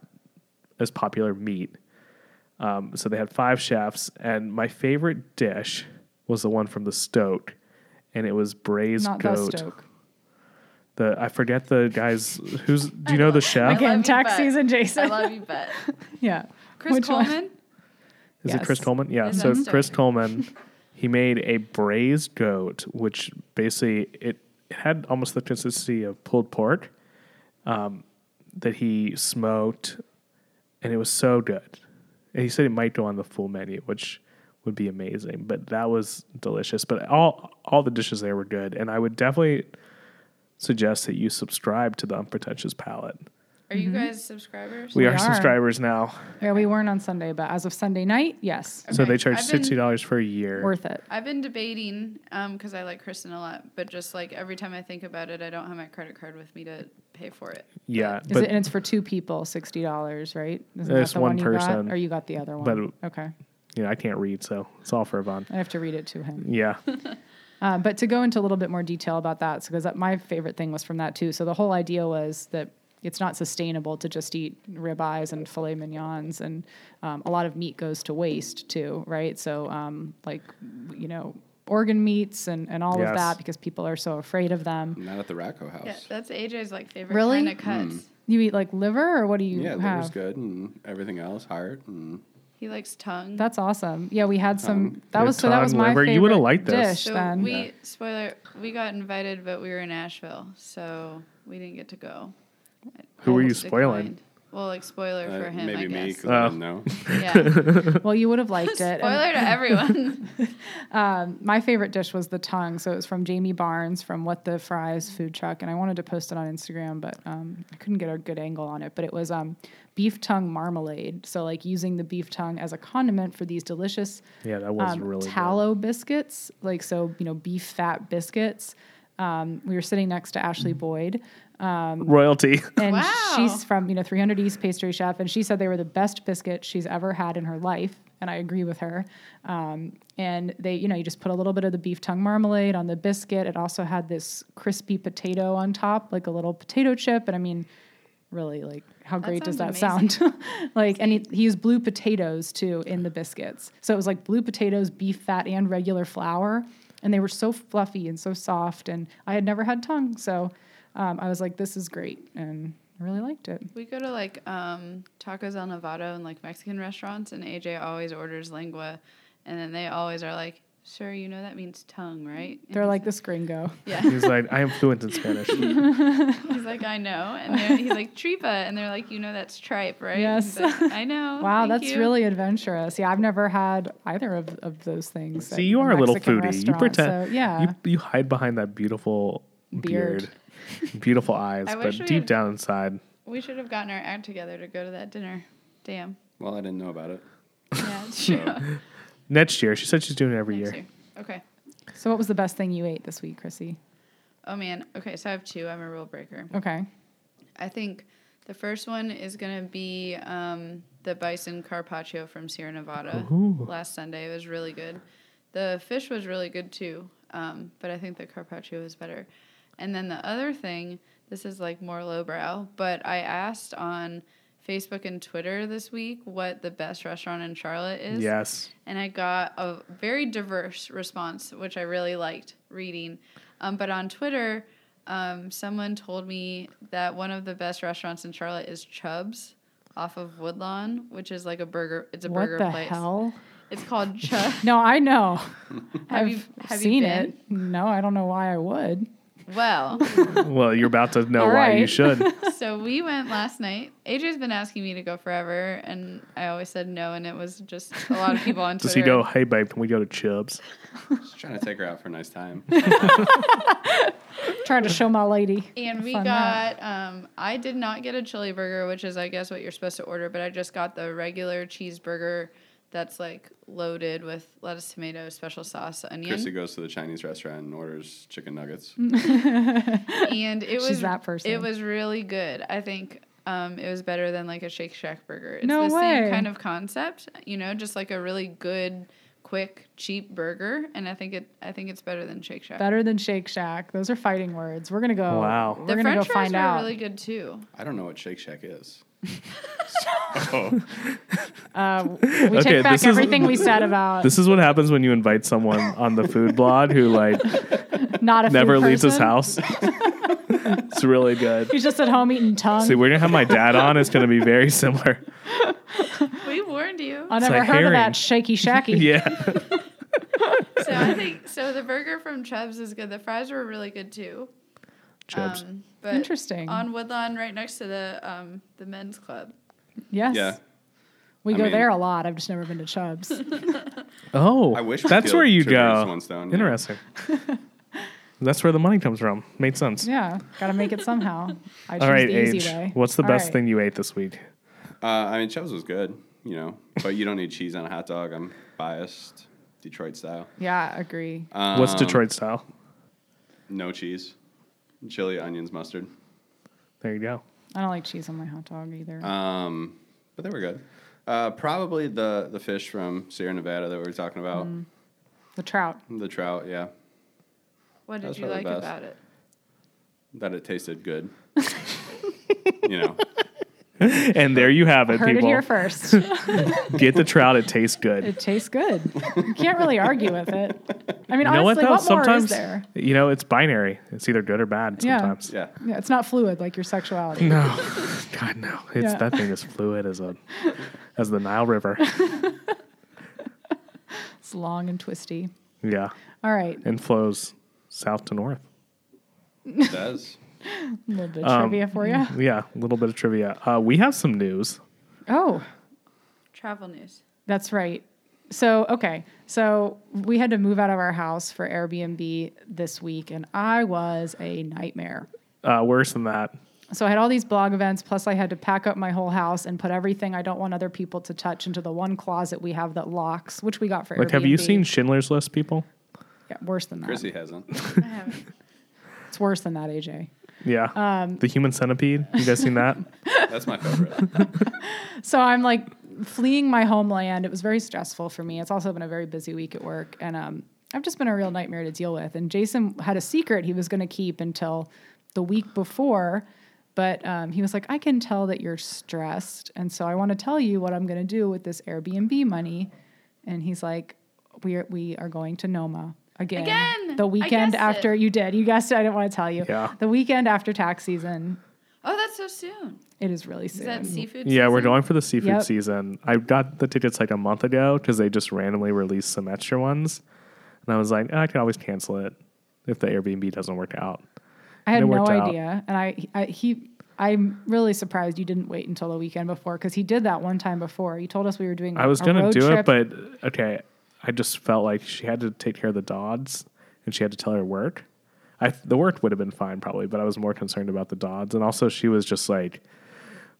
Speaker 1: as popular meat. Um, so they had five chefs, and my favorite dish was the one from the Stoke, and it was braised
Speaker 2: Not the
Speaker 1: goat.
Speaker 2: Stoke.
Speaker 1: The I forget the guys. Who's do you know the chef?
Speaker 3: I love
Speaker 2: Again,
Speaker 3: you,
Speaker 2: tax
Speaker 3: but-
Speaker 2: season,
Speaker 3: I
Speaker 2: Jason.
Speaker 3: love you, but
Speaker 2: yeah.
Speaker 3: Chris
Speaker 2: Which one?
Speaker 3: Coleman.
Speaker 1: Is it Chris
Speaker 2: Yes.
Speaker 1: Coleman? Yeah.
Speaker 3: Is
Speaker 1: So
Speaker 3: that-
Speaker 1: Chris Coleman, he made a braised goat, which basically it, it had almost the consistency of pulled pork um, that he smoked, and it was so good. And he said it might go on the full menu, which would be amazing. But that was delicious. But all all the dishes there were good, and I would definitely suggest that you subscribe to the Unpretentious Palate.
Speaker 3: Are
Speaker 2: Mm-hmm.
Speaker 3: you guys subscribers?
Speaker 1: We,
Speaker 2: We
Speaker 1: are,
Speaker 2: are.
Speaker 1: subscribers now,
Speaker 2: Yeah, we weren't on Sunday, but as of Sunday night, yes,
Speaker 1: so
Speaker 3: Okay.
Speaker 1: they charge
Speaker 3: I've been-
Speaker 1: sixty dollars for a year.
Speaker 2: worth it.
Speaker 3: I've been debating because I like Kristen a lot, but just like every time I think about it, I don't have my credit card with me to pay for it.
Speaker 1: yeah,
Speaker 2: Is it, and it's for two people, sixty dollars, right? Isn't
Speaker 1: It's one person.
Speaker 2: got, or you got the other one?
Speaker 1: But it-
Speaker 2: okay,
Speaker 1: you know, I can't read, so it's all for Yvonne.
Speaker 2: I have to read it to him.
Speaker 1: Yeah.
Speaker 2: Um, but to go into a little bit more detail about that, because my favorite thing was from that too. So the whole idea was that it's not sustainable to just eat ribeyes and filet mignons, and um, a lot of meat goes to waste too, right? So um, like you know organ meats and, and all
Speaker 1: Yes.
Speaker 2: of that because people are so afraid of them.
Speaker 4: Not at the Racco house.
Speaker 3: Yeah, that's AJ's like favorite
Speaker 2: Really? Hmm.
Speaker 3: kind of cuts.
Speaker 2: You eat like liver, or what do you
Speaker 4: Yeah, that was
Speaker 2: have?
Speaker 4: good, and everything else, heart, and
Speaker 3: He likes tongue.
Speaker 2: That's awesome. Yeah, we had some.
Speaker 4: Um,
Speaker 2: that
Speaker 1: Yeah,
Speaker 2: was so. That was
Speaker 1: tongue,
Speaker 2: my
Speaker 1: liver.
Speaker 2: favorite
Speaker 1: You would've liked
Speaker 2: dish.
Speaker 1: this.
Speaker 3: so
Speaker 2: then
Speaker 3: we spoiler we got invited, but we were in Asheville, so we didn't get to go.
Speaker 1: Who were you
Speaker 3: Declined.
Speaker 1: spoiling?
Speaker 3: Well, like spoiler
Speaker 4: uh,
Speaker 3: for him,
Speaker 4: maybe
Speaker 3: I
Speaker 4: me
Speaker 3: guess.
Speaker 4: because I didn't know.
Speaker 3: Yeah.
Speaker 2: well, you would have liked it. And-
Speaker 3: spoiler to everyone.
Speaker 2: my favorite dish was the tongue. So it was from Jamie Barnes from What the Fries food truck, and I wanted to post it on Instagram, but um, I couldn't get a good angle on it. But it was um, beef tongue marmalade. So like using the beef tongue as a condiment for these delicious
Speaker 1: Yeah, that was
Speaker 2: um,
Speaker 1: really good.
Speaker 2: tallow biscuits, like so you know beef fat biscuits. Um, we were sitting next to Ashley
Speaker 1: Mm-hmm.
Speaker 2: Boyd,
Speaker 1: Royalty.
Speaker 2: and
Speaker 3: Wow.
Speaker 2: she's from you know 300 East Pastry Chef, and she said they were the best biscuits she's ever had in her life, and I agree with her. Um, and they, you know, you just put a little bit of the beef tongue marmalade on the biscuit. It also had this crispy potato on top, like a little potato chip. And I mean, really, like how great does that
Speaker 3: sounds
Speaker 2: sound? like, and he, he used blue potatoes too in the biscuits, so it was like blue potatoes, beef fat, and regular flour. And they were so fluffy and so soft, and I had never had tongue, so um, I was like, this is great. And I really liked it.
Speaker 3: We go to like um, Tacos El Novato and like Mexican restaurants, and AJ always orders lingua, and then they always are like, "Sir, you know that means tongue, right?" And
Speaker 2: They're
Speaker 3: he's
Speaker 2: like this gringo.
Speaker 3: "Yeah."
Speaker 1: He's like, I am fluent in Spanish.
Speaker 3: he's like, "I know," and they're- he's like, "Tripa," and they're like, "You know that's tripe, right?" And he's
Speaker 2: Yes.
Speaker 3: like, I know.
Speaker 2: Wow,
Speaker 3: thank
Speaker 2: that's
Speaker 3: you."
Speaker 2: really adventurous. Yeah, I've never had either of, of those things.
Speaker 1: See, you are a little foodie. You pretend.
Speaker 2: So, yeah.
Speaker 1: You, you hide behind that beautiful beard,
Speaker 2: Beard.
Speaker 1: beautiful eyes,
Speaker 3: I
Speaker 1: but
Speaker 3: wish we
Speaker 1: deep
Speaker 3: had-
Speaker 1: down inside,
Speaker 3: We should have gotten our act together to go to that dinner. Damn.
Speaker 4: Well, I didn't know about it.
Speaker 3: Yeah. it's true.
Speaker 1: next year, she said she's doing it every
Speaker 3: Next
Speaker 1: year.
Speaker 3: year. Okay.
Speaker 2: so, what was the best thing you ate this week, Chrissy?
Speaker 3: Oh man. Okay, so I have two. I'm a rule breaker.
Speaker 2: Okay.
Speaker 3: I think the first one is gonna be um, the bison carpaccio from Sierra Nevada
Speaker 1: Ooh.
Speaker 3: last Sunday. It was really good. The fish was really good too, um, but I think the carpaccio was better. And then the other thing, this is like more lowbrow, but I asked on Facebook and Twitter this week what the best restaurant in Charlotte is
Speaker 1: Yes.
Speaker 3: and I got a very diverse response, which I really liked reading. Um, but on Twitter, um, someone told me that one of the best restaurants in Charlotte is Chubb's off of Woodlawn, which is like a burger. It's a
Speaker 2: What
Speaker 3: burger
Speaker 2: the
Speaker 3: place.
Speaker 2: hell?
Speaker 3: It's called Chubb.
Speaker 2: No, I know.
Speaker 3: Have
Speaker 2: I've
Speaker 3: you- have you
Speaker 2: seen it. No, I don't know why I would.
Speaker 3: well,
Speaker 1: well, you're about to know
Speaker 2: All
Speaker 1: why you
Speaker 2: right.
Speaker 1: should.
Speaker 3: so we went last night. AJ's been asking me to go forever, and I always said no, and it was just a lot of people on Twitter.
Speaker 1: Does he go, hey, babe, can we go to Chubbs?
Speaker 4: Just trying to take her out for a nice time.
Speaker 2: Trying to show my lady.
Speaker 3: And we
Speaker 2: Fun that.
Speaker 3: got, um, I did not get a chili burger, which is, I guess, what you're supposed to order, but I just got the regular cheeseburger that's like loaded with lettuce, tomato, special sauce,
Speaker 4: Chrissy
Speaker 3: onion.
Speaker 4: goes to the Chinese restaurant and orders chicken nuggets.
Speaker 3: And it
Speaker 2: She's
Speaker 3: was,
Speaker 2: that person.
Speaker 3: it was really good. I think um, it was better than like a Shake Shack burger. It's
Speaker 2: No
Speaker 3: the
Speaker 2: way.
Speaker 3: same kind of concept, you know, just like a really good, quick, cheap burger. And I think it, I think it's better than Shake Shack.
Speaker 2: Better than Shake Shack. Those are fighting words. We're gonna go.
Speaker 1: Wow.
Speaker 2: We're
Speaker 3: the
Speaker 2: gonna
Speaker 3: French
Speaker 2: go
Speaker 3: fries
Speaker 2: find
Speaker 3: were
Speaker 2: out.
Speaker 3: really good too.
Speaker 4: I don't know what Shake Shack is. so,
Speaker 2: Uh, we
Speaker 1: Okay,
Speaker 2: take back
Speaker 1: this is-
Speaker 2: everything we said about
Speaker 1: This is what happens when you invite someone on the food blog who, like,
Speaker 2: not a food
Speaker 1: never leaves his
Speaker 2: person.
Speaker 1: house. it's really good.
Speaker 2: He's just at home eating tongue.
Speaker 1: See, we're going to have my dad on. It's going to be very similar.
Speaker 3: We warned you.
Speaker 2: I
Speaker 1: it's
Speaker 2: never
Speaker 1: like
Speaker 2: heard of
Speaker 1: herring.
Speaker 2: that shaky shacky.
Speaker 1: Yeah.
Speaker 3: so I think so. The burger from Chubb's is good. The fries were really good too.
Speaker 1: Chubbs.
Speaker 3: Um, but
Speaker 2: Interesting.
Speaker 3: On Woodlawn, right next to the um, the men's club.
Speaker 2: Yes.
Speaker 4: yeah.
Speaker 2: We
Speaker 4: I
Speaker 2: go
Speaker 4: mean-
Speaker 2: there a lot. I've just never been to Chubb's.
Speaker 1: oh,
Speaker 4: I wish we
Speaker 1: that's
Speaker 4: killed
Speaker 1: where you
Speaker 4: two birds with
Speaker 1: go.
Speaker 4: one stone, yeah.
Speaker 1: Interesting. that's where the money comes from. Made sense.
Speaker 2: yeah. Got to make it somehow. I choose
Speaker 1: All right,
Speaker 2: the easy
Speaker 1: Age.
Speaker 2: way.
Speaker 1: What's the
Speaker 2: All
Speaker 1: best
Speaker 2: right.
Speaker 1: thing you ate this week?
Speaker 4: Uh, I mean, Chubb's was good, you know, but you don't need cheese on a hot dog. I'm biased, Detroit style.
Speaker 2: Yeah, agree.
Speaker 1: What's
Speaker 4: Um,
Speaker 1: Detroit style?
Speaker 4: No cheese, chili, onions, mustard.
Speaker 1: There you go.
Speaker 2: I don't like cheese on my hot dog either.
Speaker 1: Uh,
Speaker 4: Um, but they were good. Uh, probably the the fish from Sierra Nevada that we were talking about,
Speaker 2: the trout.
Speaker 4: the trout. Yeah,
Speaker 3: What did
Speaker 4: That's
Speaker 3: you
Speaker 4: probably
Speaker 3: like
Speaker 4: best.
Speaker 3: about it?
Speaker 4: that it tasted good. you know,
Speaker 1: And there you have it,
Speaker 2: Heard it
Speaker 1: people.
Speaker 2: here first.
Speaker 1: Get the trout. It tastes good.
Speaker 2: it tastes good. You can't really argue with it. I mean,
Speaker 1: you know
Speaker 2: honestly,
Speaker 1: what though?
Speaker 2: what, more is
Speaker 1: sometimes
Speaker 2: there?
Speaker 1: you know it's binary. It's either good or bad.
Speaker 2: Yeah.
Speaker 1: Sometimes.
Speaker 4: yeah.
Speaker 2: Yeah, it's not fluid like your sexuality.
Speaker 1: No, God no. It's
Speaker 2: Yeah.
Speaker 1: that thing is fluid as a as the Nile River.
Speaker 2: It's long and twisty.
Speaker 1: Yeah,
Speaker 2: All right,
Speaker 1: and flows south to north.
Speaker 4: It does.
Speaker 2: a little bit of
Speaker 1: Um,
Speaker 2: trivia for you.
Speaker 1: Yeah, a little bit of trivia. Uh, we have some news.
Speaker 2: Oh,
Speaker 3: Travel news.
Speaker 2: That's right. So, okay. So, we had to move out of our house for Airbnb this week, and I was a nightmare.
Speaker 1: Uh, worse than that.
Speaker 2: So, I had all these blog events, plus, I had to pack up my whole house and put everything I don't want other people to touch into the one closet we have that locks, which we got for
Speaker 1: Like,
Speaker 2: Airbnb.
Speaker 1: have you seen Schindler's List, people?
Speaker 2: Yeah, worse than that.
Speaker 4: Chrissy hasn't.
Speaker 3: I haven't.
Speaker 2: It's worse than that, AJ.
Speaker 1: Yeah.
Speaker 2: Um,
Speaker 1: the human centipede. You guys seen that?
Speaker 4: That's my favorite.
Speaker 2: So I'm like fleeing my homeland. It was very stressful for me. It's also been a very busy week at work, and um, I've just been a real nightmare to deal with. And Jason had a secret he was going to keep until the week before, but um, he was like, "I can tell that you're stressed, and so I want to tell you what I'm going to do with this Airbnb money." And he's like, "We are, we are going to Noma." Again,
Speaker 3: Again!
Speaker 2: the
Speaker 3: I
Speaker 2: weekend
Speaker 3: guessed
Speaker 2: after
Speaker 3: it.
Speaker 2: you did, you guessed it. I didn't want to tell you.
Speaker 1: Yeah.
Speaker 2: The weekend after tax season,
Speaker 3: Oh, that's so soon.
Speaker 2: it is really soon.
Speaker 3: Is that seafood?
Speaker 1: Yeah, we're
Speaker 3: season?
Speaker 1: going for the seafood
Speaker 2: Yep.
Speaker 1: season. I got the tickets like a month ago because they just randomly released some extra ones, and I was like, "Oh, I can always cancel it if the Airbnb doesn't work out.
Speaker 2: I had
Speaker 1: And it
Speaker 2: no
Speaker 1: worked out.
Speaker 2: idea, and I, I he I'm really surprised you didn't wait until the weekend before because he did that one time before. You told us we were doing.
Speaker 1: I was
Speaker 2: a
Speaker 1: gonna
Speaker 2: road
Speaker 1: do
Speaker 2: trip.
Speaker 1: it, but okay, I just felt like she had to take care of the Dodds, and she had to tell her work. I the work would have been fine probably, but I was more concerned about the Dodds, and also she was just like.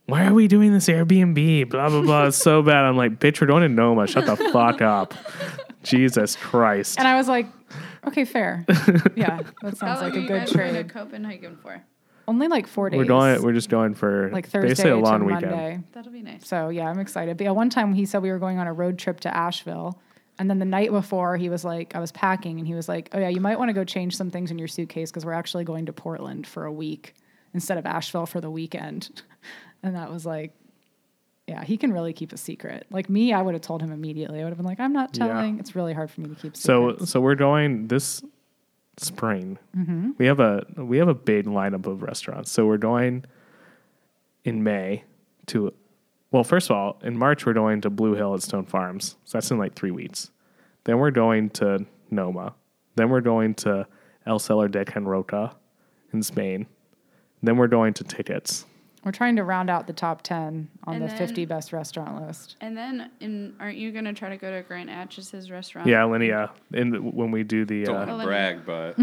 Speaker 1: Why are we doing this Airbnb? Blah blah blah. It's so bad. I'm like, bitch, we're going to Noma. Shut the fuck up. Jesus Christ.
Speaker 2: and I was like, okay, fair, yeah, that
Speaker 3: How
Speaker 2: sounds like
Speaker 3: long are
Speaker 2: a
Speaker 3: Oh, you
Speaker 2: good
Speaker 3: guys going to
Speaker 2: trade.
Speaker 3: Copenhagen for?
Speaker 2: Only like four days.
Speaker 1: We're going. We're just going for
Speaker 2: like
Speaker 1: basically
Speaker 2: Thursday
Speaker 1: a long
Speaker 2: to
Speaker 1: weekend.
Speaker 2: Monday.
Speaker 3: That'll be nice.
Speaker 2: So yeah, I'm excited. But yeah, one time he said we were going on a road trip to Asheville. And then the night before, he was like, I was packing, and he was like, Oh, yeah, you might want to go change some things in your suitcase because we're actually going to Portland for a week instead of Asheville for the weekend. And that was like, Yeah, he can really keep a secret. Like me, I would have told him immediately. I would have been like, I'm not
Speaker 1: Yeah.
Speaker 2: telling. It's really hard for me to keep
Speaker 1: So
Speaker 2: secrets.
Speaker 1: so we're going this spring. We have a we have a big lineup of restaurants. So we're going in May to. Well, first of all, in March we're going to Blue Hill at Stone Farms. So that's in like three weeks. Then we're going to Noma. Then we're going to El Cellar de Can Roca in Spain. Then we're going to Tickets.
Speaker 2: we're trying to round out the top 10 on
Speaker 3: And
Speaker 2: the
Speaker 3: then-
Speaker 2: 50 best restaurant list.
Speaker 3: And then, in, aren't you going to try to go to Grant Atches's restaurant?
Speaker 1: Yeah, Linnea. And when we do the
Speaker 4: Don't
Speaker 1: uh,
Speaker 4: want to
Speaker 3: Olivia.
Speaker 4: brag, but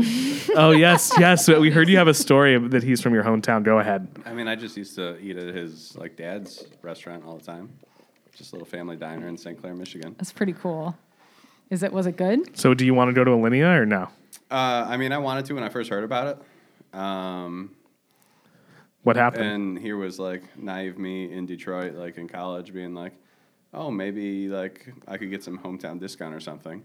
Speaker 1: Oh yes, yes. We heard you have a story that he's from your hometown. Go ahead.
Speaker 4: I mean, I just used to eat at his like dad's restaurant all the time. Just a little family diner in St. Clair, Michigan.
Speaker 2: That's pretty cool. Is it, was it good?
Speaker 1: So, do you want to go to Alinea or no?
Speaker 4: Uh, I mean, I wanted to when I first heard about it. Um,
Speaker 1: What happened?
Speaker 4: and here was like naive me in Detroit, like in college, being like, oh, maybe like I could get some hometown discount or something.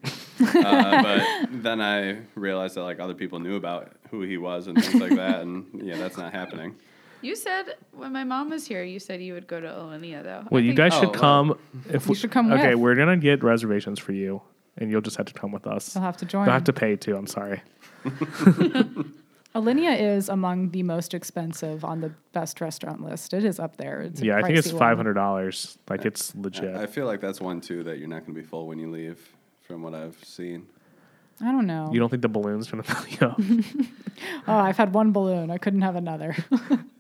Speaker 4: uh, but then I realized that like other people knew about who he was and things like that. And yeah, that's not happening.
Speaker 3: You said when my mom was here, you said you would go to Olenia, though.
Speaker 1: well,
Speaker 3: I
Speaker 1: you
Speaker 3: think-
Speaker 1: guys
Speaker 4: oh,
Speaker 1: should
Speaker 4: well.
Speaker 1: come. if
Speaker 2: You should come
Speaker 1: Okay,
Speaker 2: with.
Speaker 1: we're gonna get reservations for you, and you'll just have to come with us.
Speaker 2: You'll have to join.
Speaker 1: You'll have to pay too. I'm sorry.
Speaker 2: Alinea is among the most expensive on the best restaurant list. It is up there. It's a
Speaker 1: yeah, I think it's
Speaker 2: pricey one.
Speaker 1: five hundred dollars. Like it's legit.
Speaker 4: I feel like that's one too that you're not going to be full when you leave, from what I've seen.
Speaker 2: I don't know.
Speaker 1: you don't think the balloon's gonna fill you up?
Speaker 2: oh, I've had one balloon. I couldn't have another.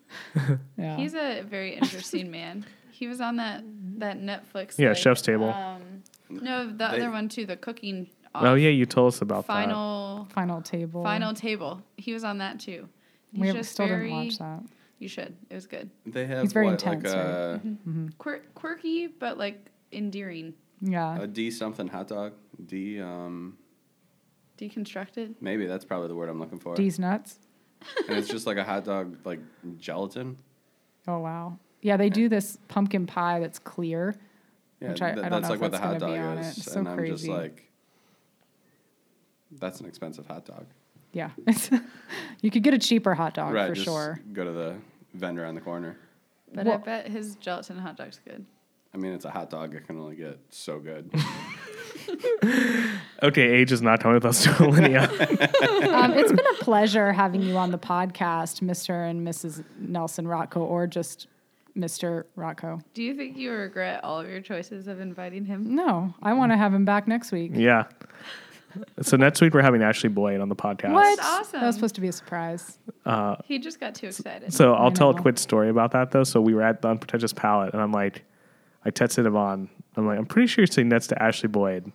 Speaker 2: yeah.
Speaker 3: He's a very interesting man. He was on that that Netflix.
Speaker 1: Yeah,
Speaker 3: like,
Speaker 1: Chef's Table.
Speaker 3: Um, no, the
Speaker 4: They-
Speaker 3: other one too, the cooking.
Speaker 1: oh yeah, you told us about
Speaker 3: final
Speaker 2: final table.
Speaker 3: final table. He was on that too. He's
Speaker 2: We have-
Speaker 3: just
Speaker 2: still
Speaker 3: very,
Speaker 2: didn't watch that.
Speaker 3: You should. It was good.
Speaker 4: They have
Speaker 2: He's very
Speaker 4: what,
Speaker 2: intense,
Speaker 4: like
Speaker 2: right? Mm-hmm.
Speaker 4: a,
Speaker 3: Quir- quirky, but like endearing.
Speaker 2: Yeah.
Speaker 4: a D something hot dog. D um
Speaker 3: Deconstructed.
Speaker 4: maybe that's probably the word I'm looking for.
Speaker 2: D's nuts.
Speaker 4: And it's just like a hot dog like gelatin.
Speaker 2: Oh wow. Yeah, they do this pumpkin pie that's clear.
Speaker 4: Yeah,
Speaker 2: Which I-
Speaker 4: tha-
Speaker 2: I don't know
Speaker 4: that's
Speaker 2: if
Speaker 4: like what the
Speaker 2: that's
Speaker 4: hot
Speaker 2: gonna be
Speaker 4: dog
Speaker 2: on
Speaker 4: is.
Speaker 2: it. It's so
Speaker 4: and I'm just
Speaker 2: crazy.
Speaker 4: like that's an expensive hot dog.
Speaker 2: Yeah. you could get a cheaper hot dog
Speaker 4: right,
Speaker 2: for
Speaker 4: just
Speaker 2: sure.
Speaker 4: Go to the vendor on the corner.
Speaker 3: But I
Speaker 2: Well-
Speaker 3: bet his gelatin hot dog's good.
Speaker 4: I mean it's a hot dog, it can only get so good.
Speaker 1: that. Okay, Age is not coming with us to Alinea.
Speaker 2: um, it's been a pleasure having you on the podcast, Mr. and Mrs. Nelson Rocco, or just Mr. Rocco.
Speaker 3: Do you think you regret all of your choices of inviting him?
Speaker 2: No, I want to have him back next week.
Speaker 1: yeah. So next week we're having Ashley Boyd on the podcast.
Speaker 2: What?
Speaker 3: That's awesome.
Speaker 2: That was supposed to be a surprise.
Speaker 3: He just got too excited.
Speaker 1: Uh, So I'll
Speaker 2: I
Speaker 1: tell a
Speaker 2: know.
Speaker 1: quick story about that though. So we were at the Unpretentious Palette, and I'm like, I texted Yvonne. I'm like, I'm pretty sure you're sitting next to Ashley Boyd.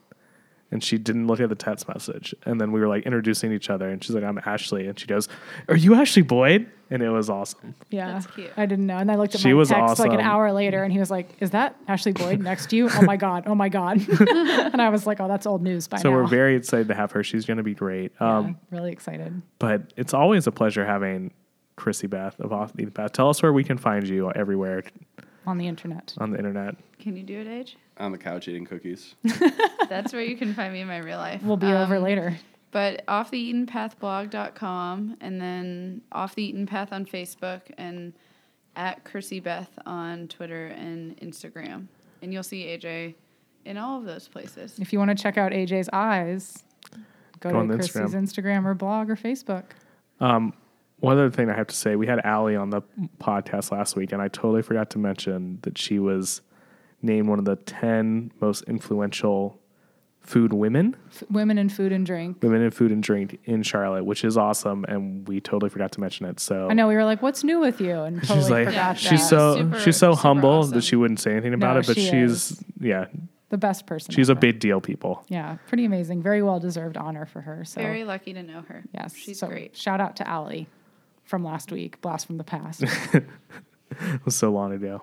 Speaker 1: and she didn't look at the text message. And then we were like introducing each other, and she's like, "I'm Ashley," and she goes, "Are you Ashley Boyd?" And it was awesome.
Speaker 2: Yeah,
Speaker 3: That's cute.
Speaker 2: I didn't know, and I looked at
Speaker 1: She
Speaker 2: my
Speaker 1: was
Speaker 2: text like an
Speaker 1: awesome.
Speaker 2: hour later, and he was like, "Is that Ashley Boyd next to you? Oh my god! Oh my god!" and I was like, "Oh, that's old news by
Speaker 1: So
Speaker 2: now."
Speaker 1: we're very excited to have her. She's going to be great.
Speaker 2: Yeah,
Speaker 1: Um,
Speaker 2: really excited.
Speaker 1: But it's always a pleasure having Chrissy Beth of Off the Beaten Path. Tell us where we can find you everywhere
Speaker 2: on the internet.
Speaker 1: on the internet.
Speaker 3: Can you do it, Age?
Speaker 4: on the couch eating cookies.
Speaker 3: That's where you can find me in my real life. Um,
Speaker 2: We'll be over later.
Speaker 3: But off the Eaten Path blog.com and then off the Eaten Path on Facebook and at Chrissy Beth on Twitter and Instagram. And you'll see AJ in all of those places.
Speaker 2: If you want to check out AJ's eyes, go,
Speaker 1: Go on
Speaker 2: to
Speaker 1: the
Speaker 2: Chrissy's Instagram or blog or Facebook.
Speaker 1: One other thing I have to say, we had Allie on the podcast last week, and I totally forgot to mention that she was named one of the 10 most influential food women,
Speaker 2: F- women in food and drink.
Speaker 1: women in food and drink in Charlotte, which is awesome. And we totally forgot to mention it. So
Speaker 2: I know we were like, "What's new with you?" And totally
Speaker 1: she's like,
Speaker 2: forgot
Speaker 1: she's
Speaker 2: that.
Speaker 1: so
Speaker 3: Super-
Speaker 1: she's so
Speaker 3: super
Speaker 1: humble
Speaker 3: awesome.
Speaker 1: that she wouldn't say anything about
Speaker 2: No,
Speaker 1: it, but
Speaker 2: she
Speaker 1: she's
Speaker 2: is.
Speaker 1: yeah,
Speaker 2: the best person.
Speaker 1: she's a
Speaker 2: ever.
Speaker 1: big deal, people.
Speaker 2: yeah, pretty amazing. Very well deserved honor for her. So
Speaker 3: Very lucky to know her.
Speaker 2: yes,
Speaker 3: She's
Speaker 2: so
Speaker 3: great.
Speaker 2: Shout out to Allie from last week, blast from the past.
Speaker 1: It was so long ago.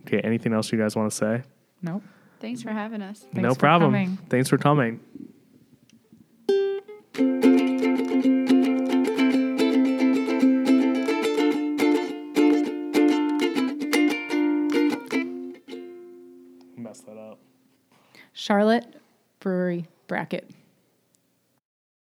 Speaker 1: Okay, anything else you guys want to say?
Speaker 2: nope.
Speaker 3: Thanks for having us.
Speaker 1: no
Speaker 2: Thanks for
Speaker 1: problem.
Speaker 2: coming.
Speaker 1: Thanks for coming. Mess that up.
Speaker 2: Charlotte Brewery bracket.